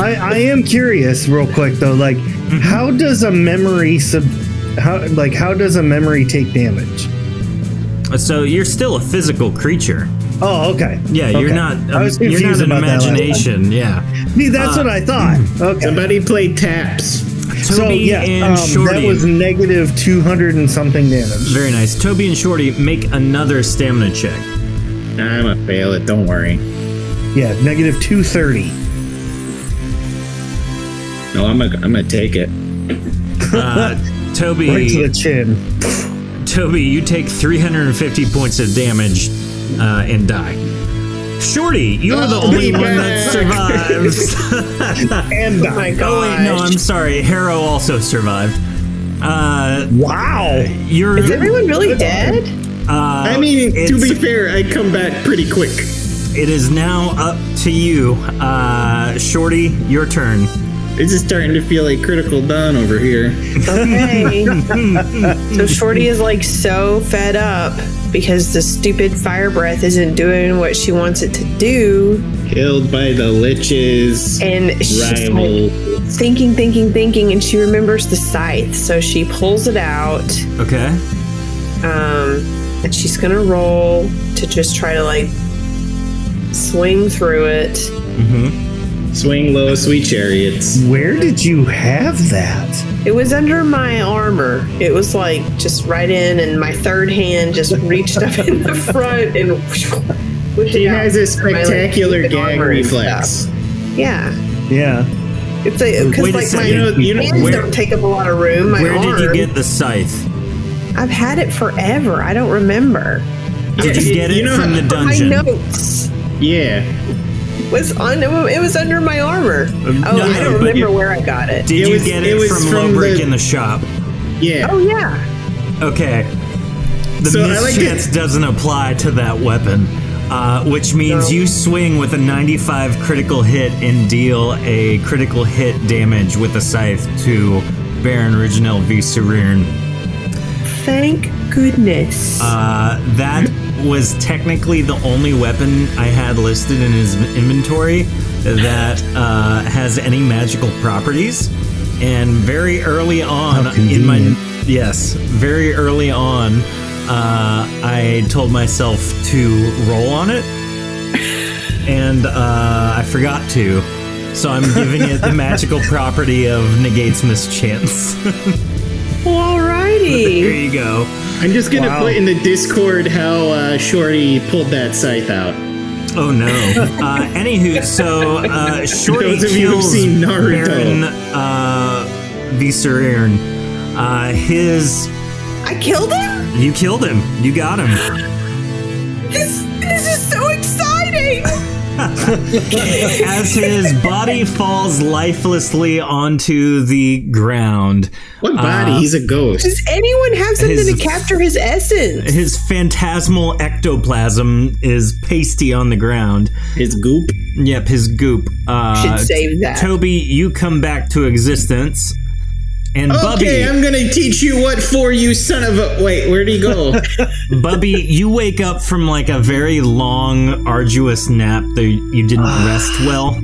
Speaker 4: I, I am curious, real quick though. Like,
Speaker 2: Mm-hmm.
Speaker 4: how does a memory sub? How like how does a memory take damage?
Speaker 2: So you're still a physical creature.
Speaker 4: Oh, okay.
Speaker 2: Yeah, you're
Speaker 4: Okay.
Speaker 2: not. um,
Speaker 4: I was
Speaker 2: you're not
Speaker 4: confused
Speaker 2: an
Speaker 4: about that last
Speaker 2: imagination. Uh, mm-hmm. Yeah.
Speaker 4: time. See, that's what I thought. Okay.
Speaker 3: Somebody play taps.
Speaker 4: So
Speaker 2: Toby
Speaker 4: yeah,
Speaker 2: and
Speaker 4: um, that
Speaker 2: Shorty.
Speaker 4: was negative two hundred and something damage.
Speaker 2: Very nice. Toby and Shorty make another stamina check.
Speaker 3: I'm a fail it, don't worry.
Speaker 4: Yeah, negative two thirty.
Speaker 3: No, I'm gonna I'm gonna take it.
Speaker 2: Uh, Toby,
Speaker 4: Right to the chin.
Speaker 2: Toby, you take 350 points of damage uh, and die. Shorty, you're the only
Speaker 3: be
Speaker 2: one that
Speaker 3: back.
Speaker 2: survives.
Speaker 4: And
Speaker 1: Oh my
Speaker 4: die.
Speaker 1: gosh.
Speaker 2: oh wait, no, I'm sorry. Harrow also survived. Uh,
Speaker 4: Wow.
Speaker 2: you're. uh,
Speaker 1: Is everyone really dead?
Speaker 3: I mean, to
Speaker 2: it's-
Speaker 3: be fair, I come back pretty quick.
Speaker 2: It is now up to you, uh, Shorty. Your turn.
Speaker 3: This is starting to feel like critical dawn over here.
Speaker 1: Okay. so Shorty is like so fed up because the stupid fire breath isn't doing what she wants it to do.
Speaker 3: Killed by the liches.
Speaker 1: And she's
Speaker 3: Rival.
Speaker 1: like thinking, thinking, thinking, and she remembers the scythe. So she pulls it out.
Speaker 2: Okay.
Speaker 1: Um, and she's gonna roll to just try to like swing through it.
Speaker 3: Swing low, sweet chariots.
Speaker 4: Where did you have that?
Speaker 1: It was under my armor. It was like just right in, and my third hand just reached up in the front and. whipped
Speaker 3: He
Speaker 1: it out
Speaker 3: has a
Speaker 1: through my, like,
Speaker 3: spectacular
Speaker 1: stupid
Speaker 3: gag
Speaker 1: armor and stuff.
Speaker 3: reflex.
Speaker 1: Yeah,
Speaker 4: Yeah.
Speaker 1: it's like
Speaker 2: Wait
Speaker 1: because
Speaker 2: a
Speaker 1: like my
Speaker 2: second. You know-
Speaker 3: you know-
Speaker 1: hands
Speaker 2: where-
Speaker 1: don't take up a lot of room. My
Speaker 2: Where did you
Speaker 1: arm-
Speaker 2: get the scythe?
Speaker 1: I've had it forever. I don't remember.
Speaker 2: Did you get it
Speaker 3: you know-
Speaker 2: from the
Speaker 1: My
Speaker 2: dungeon?
Speaker 1: notes
Speaker 3: Yeah.
Speaker 1: was on. It was under my armor. Oh,
Speaker 2: Uh, no,
Speaker 1: I don't
Speaker 2: but
Speaker 1: remember
Speaker 2: you-
Speaker 1: where I got it.
Speaker 2: Did
Speaker 3: It
Speaker 2: you
Speaker 3: was-
Speaker 2: get
Speaker 3: it
Speaker 2: it,
Speaker 3: was
Speaker 2: from,
Speaker 3: from
Speaker 2: Lobrick
Speaker 3: the-
Speaker 2: in the shop?
Speaker 3: Yeah.
Speaker 1: oh yeah.
Speaker 2: Okay. The
Speaker 3: So I like to-
Speaker 2: mischance doesn't apply to that weapon, uh, which means you swing with a 95 critical hit and deal a critical hit damage with a scythe to Baron Reginald V. Serene.
Speaker 1: Thank goodness.
Speaker 2: Uh, that was technically the only weapon I had listed in his inventory that uh, has any magical properties. And very early on in my yes, very early on, uh, I told myself to roll on it, and uh, I forgot to. So I'm giving it the magical property of negates mischance.
Speaker 1: well,
Speaker 2: there
Speaker 1: alrighty.
Speaker 2: you go.
Speaker 3: I'm just gonna
Speaker 4: Wow.
Speaker 3: put in the Discord how uh, Shorty pulled that scythe out.
Speaker 2: Oh no. Uh, anywho, so uh, Shorty
Speaker 3: Those of you who've
Speaker 2: kills
Speaker 3: seen Naruto.
Speaker 2: Baron uh, Viserion. Uh, his,
Speaker 1: I killed him.
Speaker 2: you killed him. You got him.
Speaker 1: This this is so exciting.
Speaker 2: As his body falls lifelessly onto the ground,
Speaker 3: What body? He's a ghost.
Speaker 1: Does anyone have something
Speaker 2: His-
Speaker 1: to capture his essence?
Speaker 2: his phantasmal ectoplasm is pasty on the ground.
Speaker 3: His goop.
Speaker 2: Yep, his goop. Uh,
Speaker 1: Should save that.
Speaker 2: Toby, you come back to existence, And
Speaker 3: Okay,
Speaker 2: Bubby,
Speaker 3: I'm gonna teach you what for, you son of a. Wait, where'd he go?
Speaker 2: Bubby, you wake up from like a very long, arduous nap that you didn't rest well.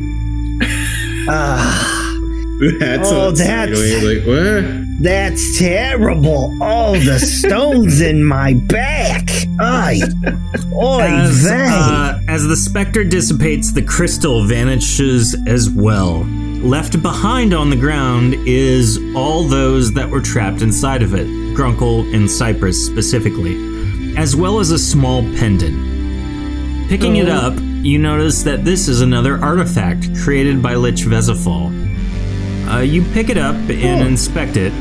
Speaker 3: that's
Speaker 4: Oh,
Speaker 3: a
Speaker 4: that's-
Speaker 3: segue, Like, what?
Speaker 4: That's terrible. All the stones in my back. Ay. Oy
Speaker 2: As,
Speaker 4: vey.
Speaker 2: uh, as the specter dissipates, the crystal vanishes as well. Left behind on the ground is all those that were trapped inside of it, Grunkle and Cypress specifically, as well as a small pendant. Picking it up, you notice that this is another artifact created by Lich Vesafal. Uh, you pick it up and inspect it,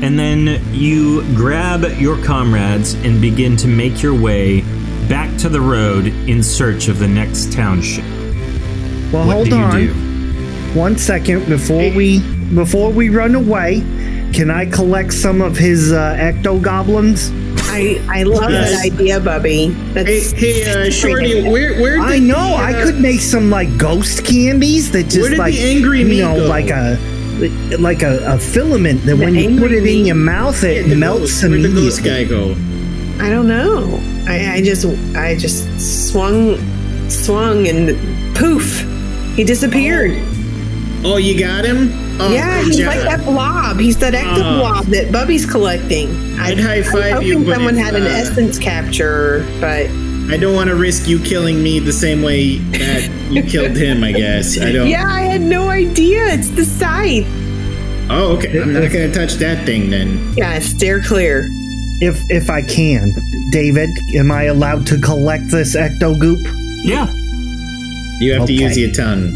Speaker 2: and then you grab your comrades and begin to make your way back to the road in search of the next township.
Speaker 4: well,
Speaker 2: What
Speaker 4: hold
Speaker 2: do you
Speaker 4: on.
Speaker 2: do?
Speaker 4: One second before we before we run away. Can I collect some of his uh, ecto goblins?
Speaker 1: I, I love
Speaker 3: Yes.
Speaker 1: that idea, Bubby.
Speaker 3: Hey,
Speaker 1: That's
Speaker 3: hey, uh, Shorty, where, where?
Speaker 4: I
Speaker 3: did
Speaker 4: know
Speaker 3: the,
Speaker 4: I
Speaker 3: uh,
Speaker 4: could make some like ghost candies that just
Speaker 3: did the
Speaker 4: like
Speaker 3: angry me
Speaker 4: you know
Speaker 3: go?
Speaker 4: like a like a, a filament that when you
Speaker 1: angry
Speaker 4: put it in
Speaker 1: me?
Speaker 4: your mouth it
Speaker 3: the
Speaker 4: melts
Speaker 3: ghost, Where'd the ghost
Speaker 4: immediately.
Speaker 3: guy go?
Speaker 1: I don't know. I, I just I just swung swung and poof, he disappeared.
Speaker 3: Oh, you got him? Oh,
Speaker 1: yeah,
Speaker 3: good
Speaker 1: he's
Speaker 3: job.
Speaker 1: like that blob. He's that active
Speaker 3: Oh.
Speaker 1: blob that Bubby's collecting.
Speaker 3: I'd high
Speaker 1: I'm
Speaker 3: five
Speaker 1: hoping
Speaker 3: you, but
Speaker 1: someone
Speaker 3: it's,
Speaker 1: had an
Speaker 3: uh,
Speaker 1: essence capture, but
Speaker 3: I don't want to risk you killing me the same way that you killed him. I guess I don't.
Speaker 1: yeah, I had no idea. It's the scythe.
Speaker 3: Oh, okay. I'm not gonna touch that thing then.
Speaker 1: Yeah, steer clear.
Speaker 4: If if I can, David, am I allowed to collect this ecto goop?
Speaker 2: Yeah.
Speaker 3: You have
Speaker 4: Okay.
Speaker 3: to use your tongue.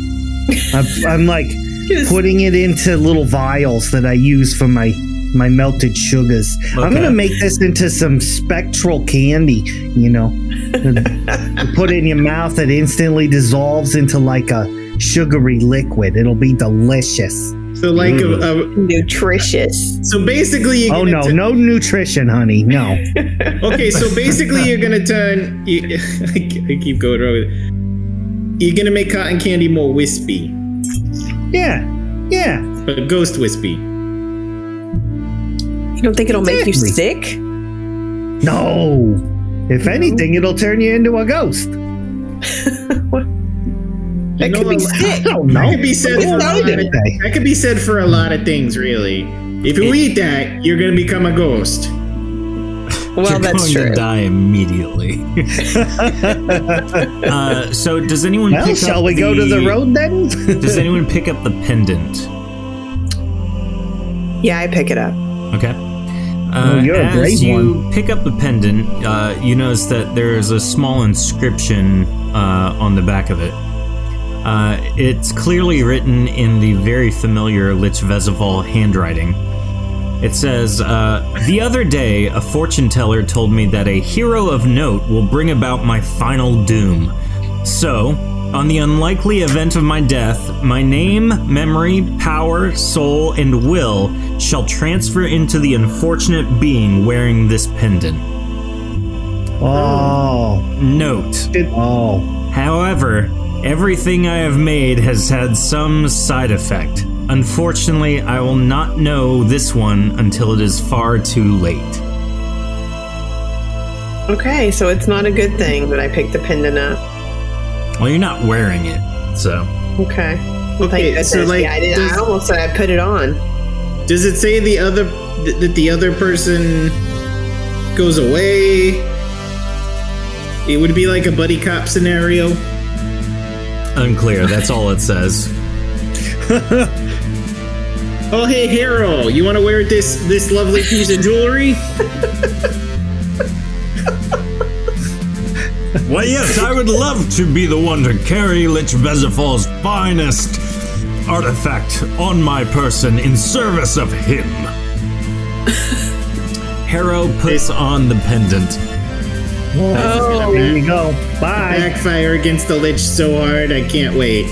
Speaker 4: I'm, I'm like
Speaker 1: Yes.
Speaker 4: putting it into little vials that I use for my my melted sugars. I'm
Speaker 2: Okay.
Speaker 4: gonna make this into some spectral candy, you know. You put it in your mouth, it instantly dissolves into like a sugary liquid. It'll be delicious.
Speaker 3: So like a, a
Speaker 1: Nutritious.
Speaker 3: so basically you.
Speaker 4: Mm. Oh no, no nutrition, honey. No.
Speaker 3: Okay, so basically you're gonna turn. You, I keep going wrong. With it. You're gonna make cotton candy more wispy,
Speaker 4: Yeah. Yeah.
Speaker 3: but ghost wispy.
Speaker 1: You don't think it'll make you sick?
Speaker 4: No. If anything, it'll turn you into a ghost.
Speaker 1: That
Speaker 3: know
Speaker 1: could
Speaker 3: I'm-
Speaker 1: be
Speaker 4: I
Speaker 1: sick.
Speaker 4: don't
Speaker 3: That
Speaker 4: know.
Speaker 3: could be said
Speaker 1: It's
Speaker 3: for a lot of,
Speaker 1: loaded.
Speaker 3: that could be said for a lot of things, really. If you eat that, you're gonna become a ghost.
Speaker 1: Well,
Speaker 2: You're
Speaker 1: that's
Speaker 2: going
Speaker 1: true.
Speaker 2: to die immediately. uh, so, does anyone?
Speaker 4: Well,
Speaker 2: pick up
Speaker 4: shall we go to the road then?
Speaker 2: Does anyone pick up the pendant?
Speaker 1: Yeah, I pick it up.
Speaker 2: Okay. Uh,
Speaker 4: Oh, you're a
Speaker 2: as
Speaker 4: brave
Speaker 2: you pick up the pendant, uh, you notice that there is a small inscription uh, on the back of it. Uh, it's clearly written in the very familiar Lich Vezival handwriting. It says, uh, The other day, a fortune teller told me that a hero of note will bring about my final doom. So, on the unlikely event of my death, my name, memory, power, soul, and will shall transfer into the unfortunate being wearing this pendant.
Speaker 4: oh.
Speaker 2: Note,
Speaker 4: Oh.
Speaker 2: however, everything I have made has had some side effect. Unfortunately, I will not know this one until it is far too late.
Speaker 1: Okay, so it's not a good thing that I picked the pendant up.
Speaker 2: Well, you're not wearing it, so.
Speaker 1: Okay. Well, thank
Speaker 3: Okay,
Speaker 1: goodness.
Speaker 3: so, like,
Speaker 1: yeah, I, did, I
Speaker 3: does-
Speaker 1: almost said I put it on.
Speaker 3: Does it say the other th- that the other person goes away? It would be like a buddy cop scenario.
Speaker 2: Unclear, that's all it says.
Speaker 3: Oh hey hero, you want to wear this this lovely piece of jewelry?
Speaker 2: Well, yes, I would love to be the one to carry Lich Bezifal's finest artifact on my person in service of him. Harrow puts on the pendant.
Speaker 4: Oh, there you go. Bye.
Speaker 3: Backfire against the lich so hard, I can't wait.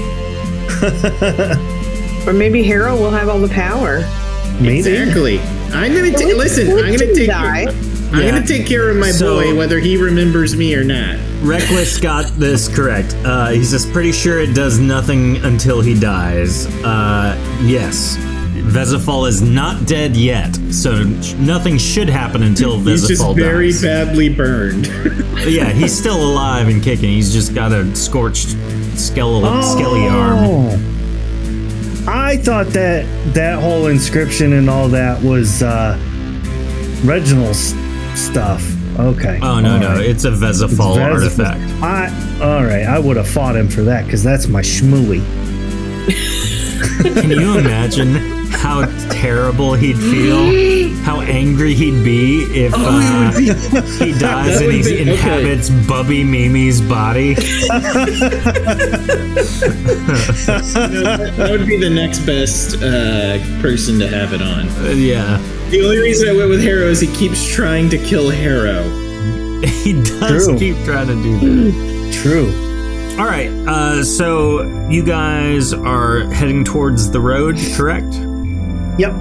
Speaker 1: Or maybe Harold will have all the power.
Speaker 4: Maybe.
Speaker 3: Exactly. I'm gonna ta-
Speaker 1: Well,
Speaker 3: listen.
Speaker 1: we
Speaker 3: I'm gonna
Speaker 1: didn't
Speaker 3: take.
Speaker 1: die.
Speaker 3: I'm
Speaker 2: Yeah.
Speaker 3: gonna take care of my
Speaker 2: So-
Speaker 3: boy, whether he remembers me or not.
Speaker 2: Reckless got this correct. Uh, he says, pretty sure it does nothing until he dies. Uh, yes. Vesifal is not dead yet, so sh- nothing should happen until
Speaker 3: He's
Speaker 2: Vesifal
Speaker 3: just very
Speaker 2: dies.
Speaker 3: badly burned.
Speaker 2: Yeah, he's still alive and kicking. He's just got a scorched skeletal, skelly arm.
Speaker 4: Oh. I thought that that whole inscription and all that was uh, Reginald's stuff. Okay.
Speaker 2: Oh no,
Speaker 4: All
Speaker 2: no,
Speaker 4: right.
Speaker 2: it's a Vesifal
Speaker 4: Vesifal.
Speaker 2: artifact.
Speaker 4: I all right. I would have fought him for that because that's my schmooey.
Speaker 2: Can you imagine how terrible he'd feel? How angry he'd be if uh, he dies
Speaker 3: That
Speaker 2: and
Speaker 3: would
Speaker 2: he
Speaker 3: be- okay.
Speaker 2: inhabits Bubby Mimi's body?
Speaker 3: that would be the next best uh, person to have it on.
Speaker 2: Uh, yeah,
Speaker 3: The only reason I went with Harrow is he keeps trying to kill Harrow.
Speaker 2: he does
Speaker 4: True.
Speaker 2: keep trying to do that.
Speaker 4: True.
Speaker 2: All right, uh, so you guys are heading towards the road, correct?
Speaker 4: Yep.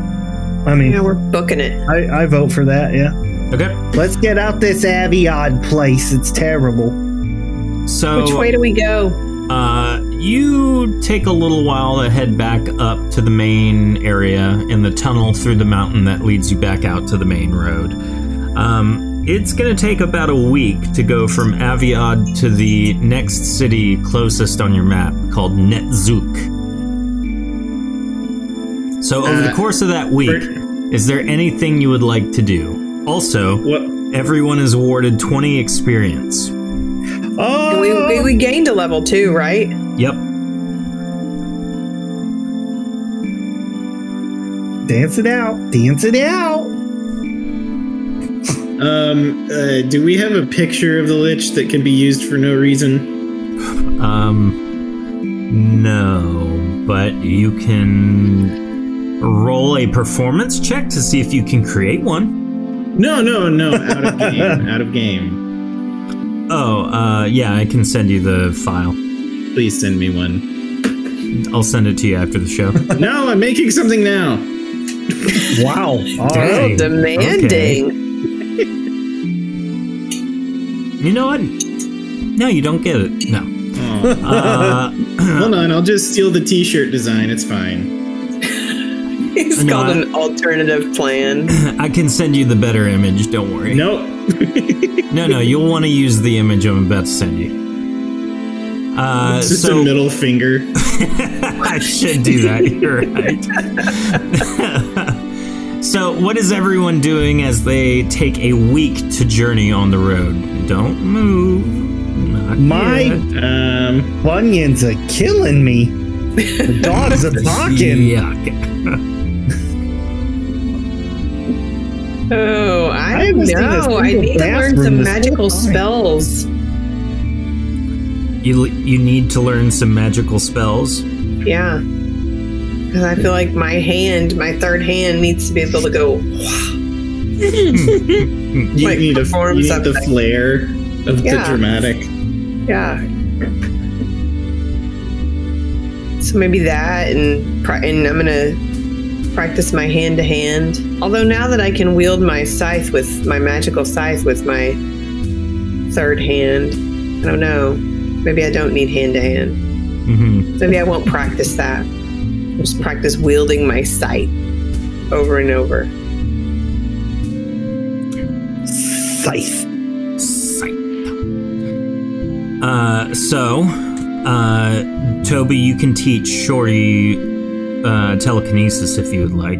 Speaker 4: I mean,
Speaker 1: Yeah, we're booking it.
Speaker 4: I, I vote for that. Yeah.
Speaker 2: Okay,
Speaker 4: Let's get out this Aviad place. It's terrible.
Speaker 2: so
Speaker 1: Which way do we go?
Speaker 2: Uh, you take a little while to head back up to the main area in the tunnel through the mountain that leads you back out to the main road. Um, it's going to take about a week to go from Aviad to the next city closest on your map called Netzuk. So, over the
Speaker 3: Uh,
Speaker 2: course of that week, is there anything you would like to do? Also,
Speaker 3: What?
Speaker 2: everyone is awarded 20 experience.
Speaker 4: Oh,
Speaker 1: We, we, we gained a level two, right?
Speaker 2: Yep.
Speaker 4: dance it out. Dance it out.
Speaker 3: Um, uh, do we have a picture of the lich that can be used for no reason?
Speaker 2: Um, no, but you can roll a performance check to see if you can create one.
Speaker 3: No, no, no. Out of game. out of game.
Speaker 2: Oh, uh, yeah, I can send you the file.
Speaker 3: Please send me one.
Speaker 2: I'll send it to you after the show.
Speaker 3: No, I'm making something now.
Speaker 4: Wow. All
Speaker 2: Dang.
Speaker 4: right.
Speaker 2: Hey,
Speaker 1: Demanding.
Speaker 2: you know what? No, you don't get it. No.
Speaker 3: Aw.
Speaker 2: Uh,
Speaker 3: Hold on, I'll just steal the T-shirt design. It's fine.
Speaker 1: It's
Speaker 2: No,
Speaker 1: called
Speaker 2: I-
Speaker 1: an alternative plan.
Speaker 2: I can send you the better image. Don't worry.
Speaker 3: Nope.
Speaker 2: no, no. You'll want to use the image I'm about to send you. Uh,
Speaker 3: It's just
Speaker 2: so
Speaker 3: a middle finger.
Speaker 2: I should do that. You're right. so, what is everyone doing as they take a week to journey on the road? Don't move. Not
Speaker 4: My-
Speaker 2: yet.
Speaker 3: Um,
Speaker 4: Bunions are killing me. The dogs are barking.
Speaker 2: Yuck.
Speaker 1: Oh, I,
Speaker 4: I haven't seen a
Speaker 1: know. I
Speaker 4: single
Speaker 1: need to learn
Speaker 4: bathroom
Speaker 1: some
Speaker 4: this whole
Speaker 1: magical
Speaker 4: time.
Speaker 1: spells.
Speaker 2: You you need to learn some magical spells.
Speaker 1: Yeah. 'Cause I feel like my hand, my third hand, needs to be able to go.
Speaker 3: you
Speaker 1: Like,
Speaker 3: need, a,
Speaker 1: perform
Speaker 3: you need the
Speaker 1: something.
Speaker 3: flair of
Speaker 1: Yeah.
Speaker 3: the dramatic.
Speaker 1: Yeah. So maybe that, and pra- and I'm gonna practice my hand to hand. Although now that I can wield my scythe with my magical scythe with my third hand, I don't know. Maybe I don't need hand to hand.
Speaker 2: hmm
Speaker 1: Maybe I won't practice that. I'll Just practice wielding my sight over and over.
Speaker 4: Scythe.
Speaker 2: Uh, so, uh, Toby, you can teach Shorty uh, telekinesis if you would like.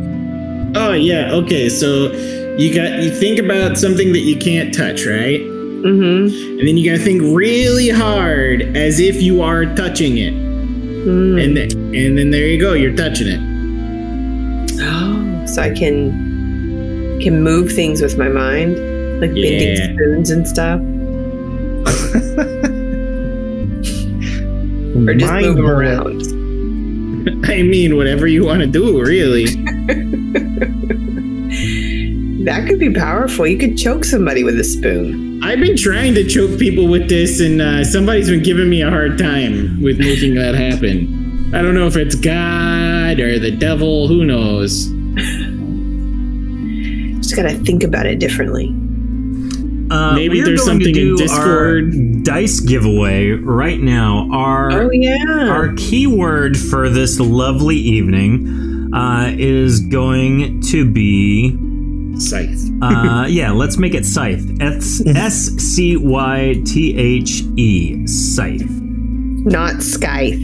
Speaker 3: Oh yeah. Okay. So you got you think about something that you can't touch, right?
Speaker 1: Mm-hmm.
Speaker 3: And then you gotta think really hard as if you are touching it.
Speaker 1: Mm-hmm. Hmm.
Speaker 3: And th- and then there you go. You're touching it.
Speaker 1: Oh, so I can can move things with my mind, like bending
Speaker 3: Yeah.
Speaker 1: spoons and stuff, or just
Speaker 4: Mind
Speaker 1: move 'em
Speaker 4: bullet.
Speaker 1: around.
Speaker 3: I mean, whatever you want to do, really.
Speaker 1: That could be powerful. You could choke somebody with a spoon.
Speaker 3: I've been trying to choke people with this, and uh, somebody's been giving me a hard time with making that happen. I don't know if it's God or the devil. Who knows?
Speaker 1: Just gotta think about it differently.
Speaker 2: Uh,
Speaker 3: Maybe
Speaker 2: we are
Speaker 3: there's
Speaker 2: going to
Speaker 3: something in
Speaker 2: do our
Speaker 3: Discord.
Speaker 2: dice giveaway right now. Our
Speaker 1: Oh yeah.
Speaker 2: our keyword for this lovely evening uh, is going to be
Speaker 3: Scythe.
Speaker 2: uh, yeah, let's make it Scythe. S S C Y T H E. Scythe.
Speaker 1: Not Scythe.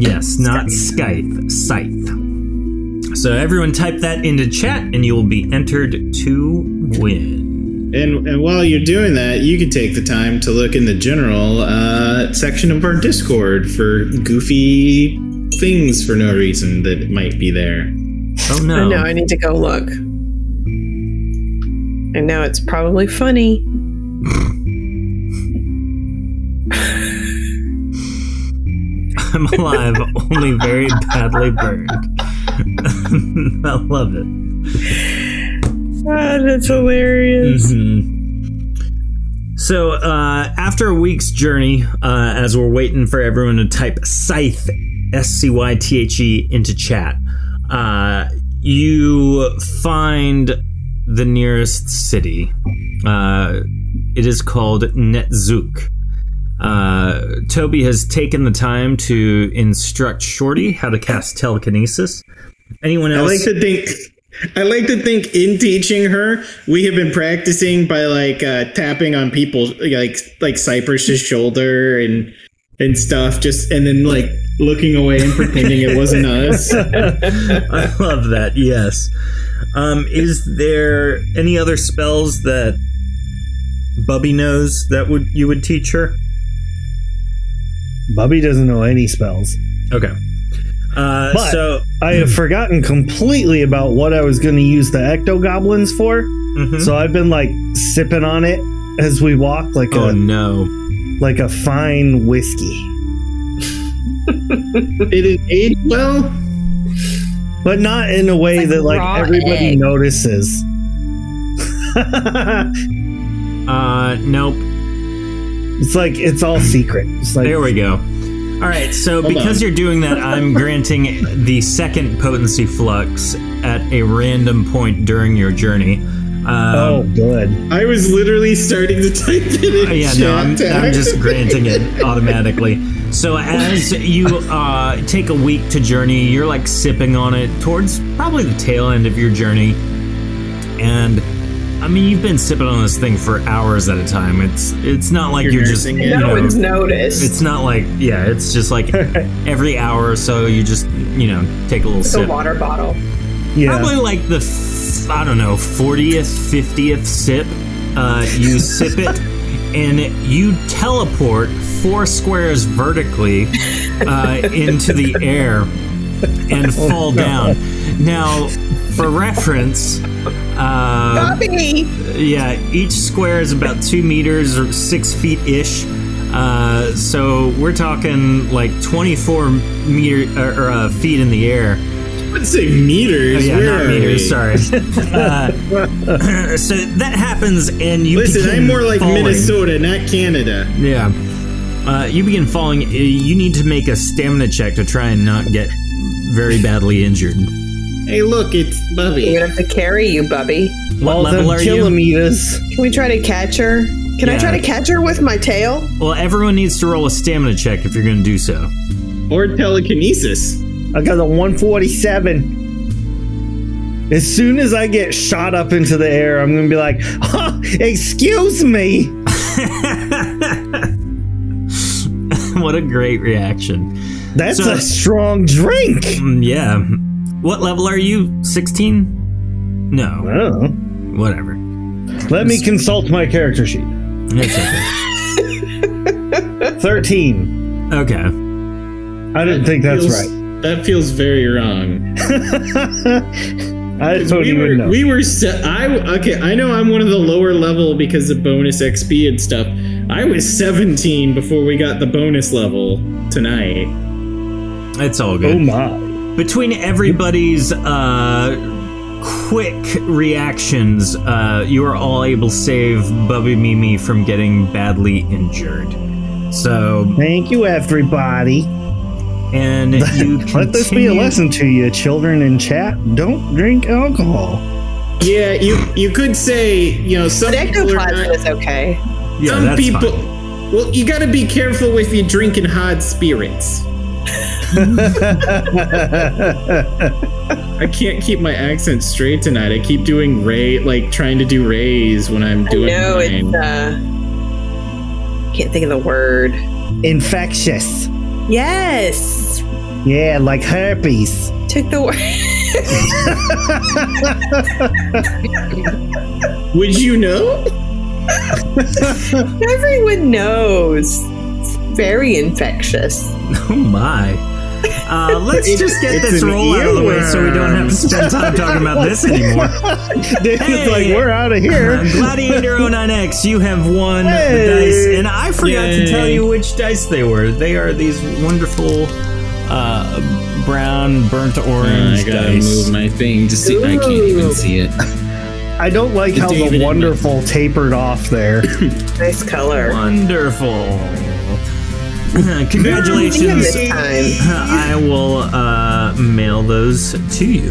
Speaker 2: Yes, not Scythe. Scythe. So everyone type that into chat and you will be entered to win.
Speaker 3: And, and while you're doing that, you can take the time to look in the general uh, section of our Discord for goofy things for no reason that might be there.
Speaker 2: Oh
Speaker 1: I
Speaker 2: no.
Speaker 1: know, I need to go look. And now it's probably funny.
Speaker 2: I'm alive, only very badly burned. I love it.
Speaker 1: Ah, that's hilarious.
Speaker 2: Mhm. So, uh, after a week's journey, uh, as we're waiting for everyone to type Scythe, S C Y T H E, into chat, uh, you find the nearest city. Uh, it is called Netzuk. Uh, Toby has taken the time to instruct Shorty how to cast telekinesis. Anyone
Speaker 3: I
Speaker 2: else?
Speaker 3: like to think. I like to think in teaching her, we have been practicing by like uh, tapping on people, like like Cypress's shoulder and and stuff, just and then like looking away and pretending it wasn't us.
Speaker 2: I love that. Yes. Um, is there any other spells that Bubby knows that would you would teach her?
Speaker 4: Bubby doesn't know any spells.
Speaker 2: Okay. Uh,
Speaker 4: But-
Speaker 2: so
Speaker 4: I have forgotten completely about what I was going to use the ecto goblins for.
Speaker 2: mhm.
Speaker 4: So I've been like sipping on it as we walk, like
Speaker 2: oh
Speaker 4: a
Speaker 2: no.
Speaker 4: like a fine whiskey,
Speaker 3: It is age well.
Speaker 4: but not in a way
Speaker 1: It's like
Speaker 4: that like
Speaker 1: raw
Speaker 4: everybody
Speaker 1: egg.
Speaker 4: notices.
Speaker 2: Uh, nope.
Speaker 4: it's like it's all secret. It's like
Speaker 2: There we go. All right. So
Speaker 3: Hold
Speaker 2: because
Speaker 3: on.
Speaker 2: you're doing that, I'm granting the second potency flux at a random point during your journey. Um,
Speaker 4: oh, good.
Speaker 3: I was literally starting to type it in.
Speaker 2: Oh, yeah,
Speaker 3: chat
Speaker 2: no, I'm, I'm
Speaker 3: tag.
Speaker 2: just granting it automatically. So as you uh, take a week to journey, you're like sipping on it towards probably the tail end of your journey, and I mean you've been sipping on this thing for hours at a time. It's it's not like you're,
Speaker 3: You're
Speaker 2: just
Speaker 3: nursing it.
Speaker 2: you know,
Speaker 1: No one's noticed.
Speaker 2: it's not like yeah, it's just like every hour or so you just you know take a little
Speaker 1: It's a
Speaker 2: sip.
Speaker 1: water bottle.
Speaker 4: Yeah,
Speaker 2: Probably like the, f- I don't know, 40th, 50th sip. Uh, you sip it, and you teleport four squares vertically uh, into the air and fall down. Now, for reference, uh,
Speaker 1: Bobby!
Speaker 2: yeah, each square is about two meters or six feet ish. Uh, so we're talking like 24 meter or, or uh, feet in the air.
Speaker 3: I would say meters.
Speaker 2: Oh, yeah,
Speaker 3: Where
Speaker 2: not
Speaker 3: are
Speaker 2: meters.
Speaker 3: we?
Speaker 2: Sorry. Uh, so that happens, and you
Speaker 3: Listen,
Speaker 2: begin
Speaker 3: I'm more like
Speaker 2: falling.
Speaker 3: Minnesota, not Canada.
Speaker 2: Yeah, uh, you begin falling. Uh, You need to make a stamina check to try and not get very badly injured.
Speaker 3: Hey, look, it's Bubby.
Speaker 1: You're gonna have to carry you, Bubby.
Speaker 2: What
Speaker 4: all
Speaker 2: level
Speaker 4: the
Speaker 2: are you?
Speaker 4: kilometers.
Speaker 1: Can we try to catch her? Can I
Speaker 2: Yeah.
Speaker 1: try to catch her with my tail?
Speaker 2: Well, everyone needs to roll a stamina check if you're going to do so.
Speaker 3: Or telekinesis.
Speaker 4: I got a 147. As soon as I get shot up into the air, I'm gonna be like, "Huh, "Excuse me."
Speaker 2: what a great reaction.
Speaker 4: That's
Speaker 2: So-
Speaker 4: a strong drink.
Speaker 2: Mm, yeah. What level are you? 16? No.
Speaker 4: Oh,
Speaker 2: Whatever.
Speaker 4: let me consult my character sheet.
Speaker 2: It's okay.
Speaker 4: 13.
Speaker 2: okay.
Speaker 4: I don't think that's
Speaker 3: Feels-
Speaker 4: right.
Speaker 3: That feels very wrong.
Speaker 4: I totally
Speaker 3: We
Speaker 4: would
Speaker 3: were,
Speaker 4: know.
Speaker 3: we were, se- I okay. I know I'm one of the lower level because of bonus XP and stuff. I was 17 before we got the bonus level tonight.
Speaker 2: It's all good.
Speaker 4: oh my.
Speaker 2: between everybody's uh, quick reactions, uh, you are all able to save Bubby Mimi from getting badly injured. So,
Speaker 4: Thank you, everybody.
Speaker 2: and you continue,
Speaker 4: Let this be a lesson to you, children in chat. Don't drink alcohol.
Speaker 3: Yeah, you you could say you know some
Speaker 1: But
Speaker 3: people are
Speaker 1: ectoplasm
Speaker 3: not,
Speaker 1: is okay.
Speaker 2: Yeah,
Speaker 3: some
Speaker 2: that's
Speaker 3: people.
Speaker 2: fine.
Speaker 3: Well, you got to be careful with you drinking hard spirits. I can't keep my accent straight tonight. I keep doing Ray, like trying to do Rays when I'm doing
Speaker 1: No,
Speaker 3: mine.
Speaker 1: it's uh can't think of the word.
Speaker 4: Infectious.
Speaker 1: Yes.
Speaker 4: Yeah, like herpes.
Speaker 1: Took the word.
Speaker 3: Would you know?
Speaker 1: Everyone knows. It's very infectious.
Speaker 2: Oh my. Uh, let's just get
Speaker 3: it's
Speaker 2: this
Speaker 3: an
Speaker 2: roll out of the way so we don't have to spend time talking about this anymore.
Speaker 4: It's
Speaker 2: Hey!
Speaker 4: like we're out of here.
Speaker 2: Uh, Gladiator 09X, you have won
Speaker 4: Hey!
Speaker 2: the dice, and I forgot to
Speaker 3: Yay.
Speaker 2: tell you which dice they were. They are these wonderful uh, brown, burnt orange
Speaker 3: I gotta
Speaker 2: dice.
Speaker 3: move my thing to see. I can't even see it.
Speaker 4: I don't like how
Speaker 3: David
Speaker 4: the
Speaker 3: and
Speaker 4: wonderful tapered off there.
Speaker 1: Nice color.
Speaker 2: Wonderful.
Speaker 1: Yeah,
Speaker 2: Congratulations.
Speaker 1: this time.
Speaker 2: I will uh, mail those to you.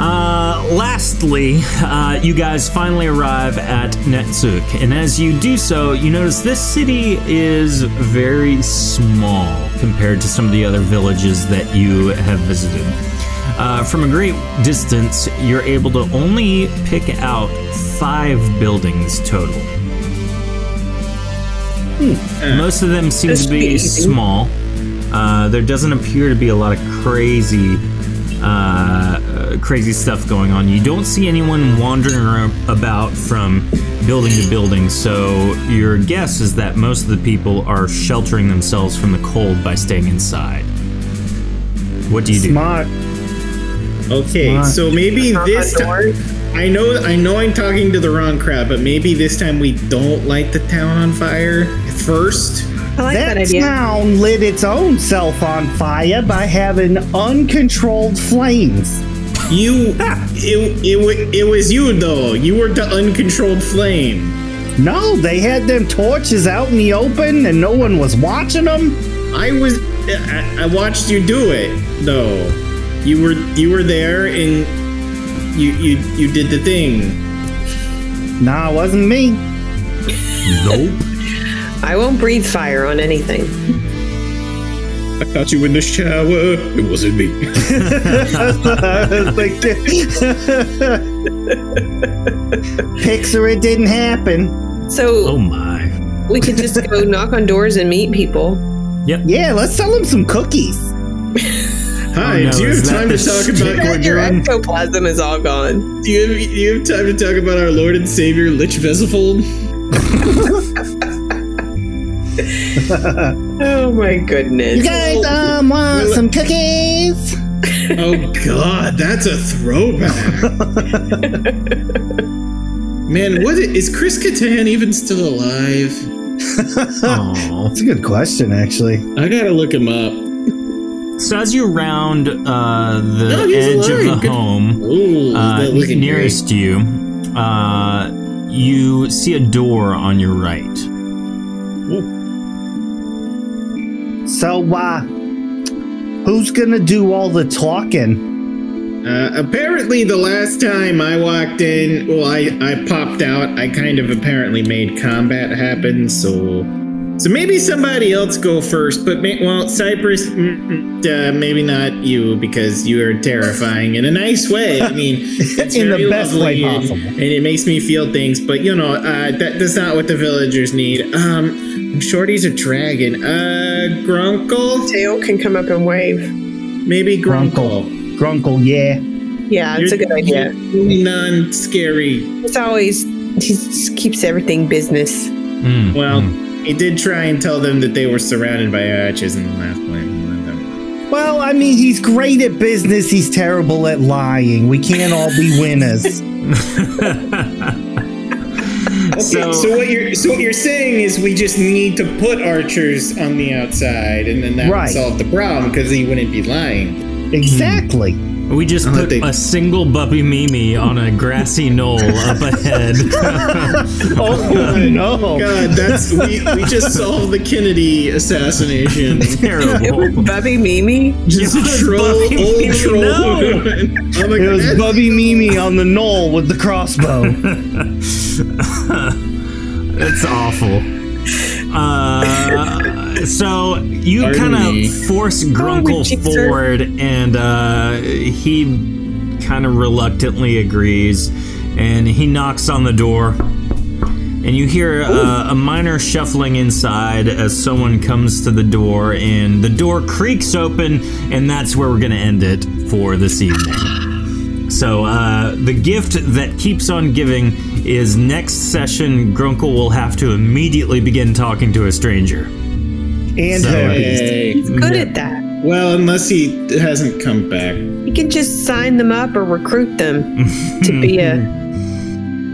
Speaker 2: Uh, lastly, uh, you guys finally arrive at Netsuk, and as you do so, you notice this city is very small compared to some of the other villages that you have visited. Uh, from a great distance, you're able to only pick out five buildings total. Most of them seem
Speaker 1: This
Speaker 2: to
Speaker 1: should be
Speaker 2: be
Speaker 1: easy.
Speaker 2: small. Uh, there doesn't appear to be a lot of crazy, uh, uh, crazy stuff going on. You don't see anyone wandering around about from building to building. So your guess is that most of the people are sheltering themselves from the cold by staying inside. What do you do?
Speaker 4: Smart.
Speaker 3: Okay,
Speaker 4: Come on.
Speaker 3: so maybe
Speaker 1: Knock on
Speaker 3: this time.
Speaker 1: doors.
Speaker 3: I know, I know, I'm talking to the wrong crowd, but maybe this time we don't light the town on fire first.
Speaker 1: I like that,
Speaker 4: That
Speaker 1: idea.
Speaker 4: town lit its own self on fire by having uncontrolled flames.
Speaker 3: You, it, it, wa- it was you though. You were the uncontrolled flame.
Speaker 4: No, they had them torches out in the open and no one was watching them.
Speaker 3: I was, I, I watched you do it though. You were, you were there, and you, you, you did the thing.
Speaker 4: Nah, it wasn't me.
Speaker 2: Nope.
Speaker 1: I won't breathe fire on anything.
Speaker 3: I caught you in the shower. It wasn't me.
Speaker 4: I was like, Picture it didn't happen.
Speaker 2: Oh
Speaker 1: So
Speaker 2: my.
Speaker 1: we could just go knock on doors and meet people.
Speaker 4: Yeah, let's sell them some cookies.
Speaker 3: Hi,
Speaker 2: Oh, no,
Speaker 3: do you
Speaker 2: is that
Speaker 3: have time
Speaker 2: the
Speaker 3: to talk about
Speaker 2: stick
Speaker 1: Your ectoplasm is all gone.
Speaker 3: Do you, have, do you have time to talk about our Lord and Savior Lich Vesifold?
Speaker 1: Oh my goodness.
Speaker 4: You guys um, want some cookies?
Speaker 3: Oh God, that's a throwback. Man, what i- is Chris Kattan even still alive?
Speaker 2: Aw.
Speaker 4: That's a good question, actually.
Speaker 3: I gotta look him up.
Speaker 2: so as you round uh, the
Speaker 3: No, he's
Speaker 2: edge of the
Speaker 3: alive. Good-
Speaker 2: home.
Speaker 3: Ooh,
Speaker 2: uh,
Speaker 3: that looking
Speaker 2: nearest you, uh, you see a door on your right.
Speaker 4: So, uh, who's gonna do all the talking?
Speaker 3: great. Uh, apparently, the last time I walked in, well, I I popped out. I kind of apparently made combat happen, so. So maybe somebody else go first, but may, well, Cypress, mm, mm, uh, maybe not you because you are terrifying in a nice way. I mean, it's
Speaker 4: In the
Speaker 3: very
Speaker 4: best way
Speaker 3: lovely and-
Speaker 4: possible.
Speaker 3: and it makes me feel things. But you know, uh, that, that's not what the villagers need. Um, Shorty's a dragon. Uh, Grunkle,
Speaker 1: Tail can come up and wave.
Speaker 3: maybe Grunkle.
Speaker 4: Grunkle, yeah.
Speaker 1: Yeah, it's a good idea.
Speaker 3: Non-scary.
Speaker 1: It's always he just keeps everything business.
Speaker 2: Mm,
Speaker 3: Well,
Speaker 2: mm.
Speaker 3: he did try and tell them that they were surrounded by arches in the last plan.
Speaker 4: Well, I mean, he's great at business. He's terrible at lying. We can't all be winners.
Speaker 2: So-
Speaker 3: what you're so what you're saying is we just need to put archers on the outside, and then that
Speaker 4: Right.
Speaker 3: the problem because he wouldn't be lying.
Speaker 4: exactly.
Speaker 2: we just
Speaker 3: Oh,
Speaker 2: put
Speaker 3: they-
Speaker 2: a single Buppy Mimi on a grassy knoll up ahead.
Speaker 4: Oh no!
Speaker 3: God, that's we, we just solved the Kennedy assassination.
Speaker 1: It was
Speaker 2: Terrible.
Speaker 1: Bubby Mimi.
Speaker 3: Just
Speaker 2: It was
Speaker 3: troll,
Speaker 2: Bubby
Speaker 3: old
Speaker 2: Mimi,
Speaker 3: troll.
Speaker 2: no.
Speaker 3: I'm like,
Speaker 4: It was
Speaker 3: that's-
Speaker 4: Bubby Mimi on the knoll with the crossbow.
Speaker 2: That's awful. Uh, so you
Speaker 3: Pardon
Speaker 2: kind
Speaker 3: me.
Speaker 2: of force
Speaker 1: Oh,
Speaker 2: Grunkle
Speaker 1: Jesus.
Speaker 2: forward, and uh, he kind of reluctantly agrees, and he knocks on the door, and you hear uh, a minor shuffling inside as someone comes to the door, and the door creaks open, and that's where we're gonna end it for this evening. So uh, the gift that keeps on giving is next session. Grunkle will have to immediately begin talking to a stranger.
Speaker 4: And
Speaker 2: So-
Speaker 4: her.
Speaker 3: Hey.
Speaker 1: He's good at that.
Speaker 3: Well, unless he hasn't come back.
Speaker 1: He can just sign them up or recruit them to be a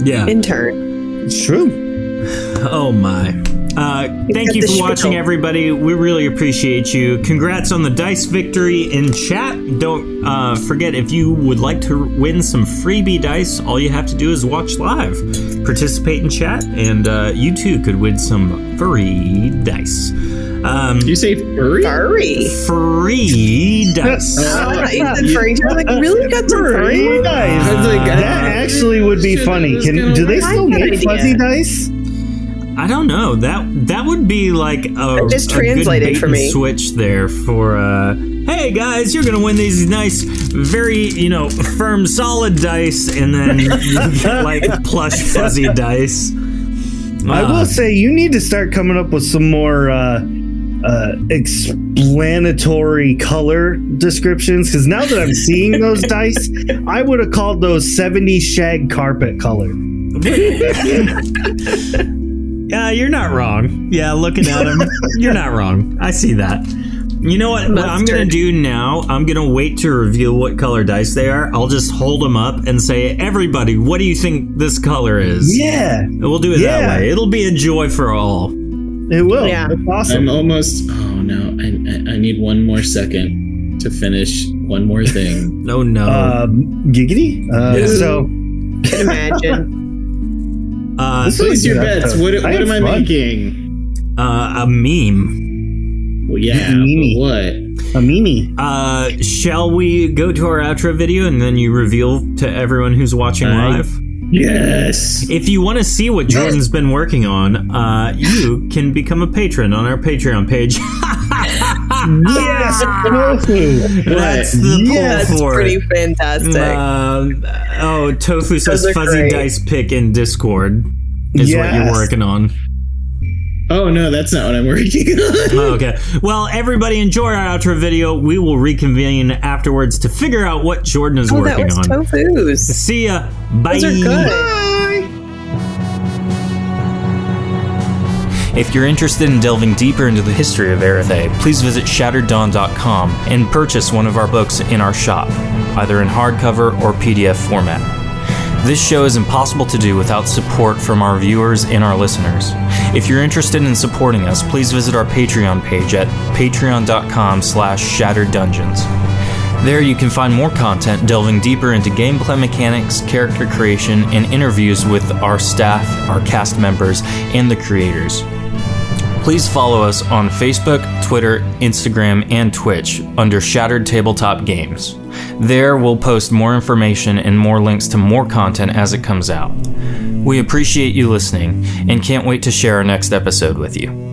Speaker 2: Yeah.
Speaker 1: intern.
Speaker 4: It's true.
Speaker 2: Oh my. Uh, thank
Speaker 1: got
Speaker 2: you
Speaker 1: the
Speaker 2: for watching,
Speaker 1: spiel.
Speaker 2: everybody. We really appreciate you. Congrats on the dice victory in chat. Don't uh, forget if you would like to win some freebie dice, all you have to do is watch live, participate in chat, and uh, you too could win some free dice. Um,
Speaker 3: You say furry?
Speaker 1: Furry.
Speaker 2: free dice.
Speaker 1: I don't know, you said furry. I was like, really got some furry?
Speaker 4: Furry dice.
Speaker 3: It's like,
Speaker 4: that actually would be
Speaker 3: Shit,
Speaker 4: funny.
Speaker 3: it's
Speaker 4: Can
Speaker 3: gonna
Speaker 4: do they
Speaker 3: work.
Speaker 4: still
Speaker 1: I have an
Speaker 4: make fuzzy
Speaker 1: idea.
Speaker 4: dice?
Speaker 2: I don't know that that would be like a
Speaker 1: just
Speaker 2: a good
Speaker 1: translated
Speaker 2: bait
Speaker 1: for
Speaker 2: and
Speaker 1: me.
Speaker 2: switch there for uh hey guys you're gonna win these nice very you know firm solid dice and then you get like plush fuzzy dice.
Speaker 4: I
Speaker 2: Uh,
Speaker 4: will say you need to start coming up with some more uh, uh, explanatory color descriptions because now that I'm seeing those dice, I would have called those 70 shag carpet color.
Speaker 2: Yeah, you're not wrong. Yeah, looking at him, you're not wrong. I see that. You know what? What I'm gonna
Speaker 1: Mustard.
Speaker 2: do now? I'm gonna wait to reveal what color dice they are. I'll just hold them up and say, "Everybody, what do you think this color is?"
Speaker 4: Yeah,
Speaker 2: And We'll do it
Speaker 4: Yeah.
Speaker 2: that way. It'll be a joy for all.
Speaker 4: it will.
Speaker 1: Yeah.
Speaker 4: That's
Speaker 3: I'm
Speaker 4: awesome.
Speaker 3: almost. Oh no! I, I, I need one more second to finish one more thing.
Speaker 2: No, no. Uh,
Speaker 4: Um, giggity. Uh,
Speaker 2: Yeah.
Speaker 4: So
Speaker 1: Can imagine.
Speaker 2: uh,
Speaker 4: this
Speaker 3: Place
Speaker 4: is-
Speaker 3: your bets. What,
Speaker 4: I
Speaker 3: what
Speaker 4: had
Speaker 3: am I
Speaker 4: fun.
Speaker 3: making?
Speaker 2: uh, a meme.
Speaker 3: Well, yeah.
Speaker 4: Mimi.
Speaker 3: but What?
Speaker 4: A meanie.
Speaker 2: Uh, shall we go to our outro video and then you reveal to everyone who's watching
Speaker 3: Aye.
Speaker 2: live?
Speaker 3: Yes.
Speaker 2: If you want to see what Jordan's been working on, uh, you can become a patron on our Patreon page.
Speaker 4: Yes, tofu.
Speaker 2: That's the pull
Speaker 4: Yeah,
Speaker 1: That's
Speaker 2: for
Speaker 1: pretty
Speaker 2: it.
Speaker 1: fantastic.
Speaker 2: Um, oh, Tofu says
Speaker 1: Those are
Speaker 2: fuzzy
Speaker 1: great.
Speaker 2: dice pick in Discord is what
Speaker 4: Yes.
Speaker 2: you're working on.
Speaker 3: Oh no, that's not what I'm working on.
Speaker 2: Oh, okay. Well, everybody enjoy our outro video. We will reconvene afterwards to figure out what Jordan is
Speaker 1: oh, that
Speaker 2: working
Speaker 1: was
Speaker 2: on.
Speaker 1: tofu's.
Speaker 2: See ya. Bye.
Speaker 1: Those are good.
Speaker 2: If you're interested in delving deeper into the history of Erethe, please visit shattereddawn.com and purchase one of our books in our shop, either in hardcover or PDF format. This show is impossible to do without support from our viewers and our listeners. If you're interested in supporting us, please visit our Patreon page at patreon.com slash shattered dungeons. There you can find more content delving deeper into gameplay mechanics, character creation, and interviews with our staff, our cast members, and the creators. Please follow us on Facebook, Twitter, Instagram, and Twitch under Shattered Tabletop Games. There we'll post more information and more links to more content as it comes out. We appreciate you listening and can't wait to share our next episode with you.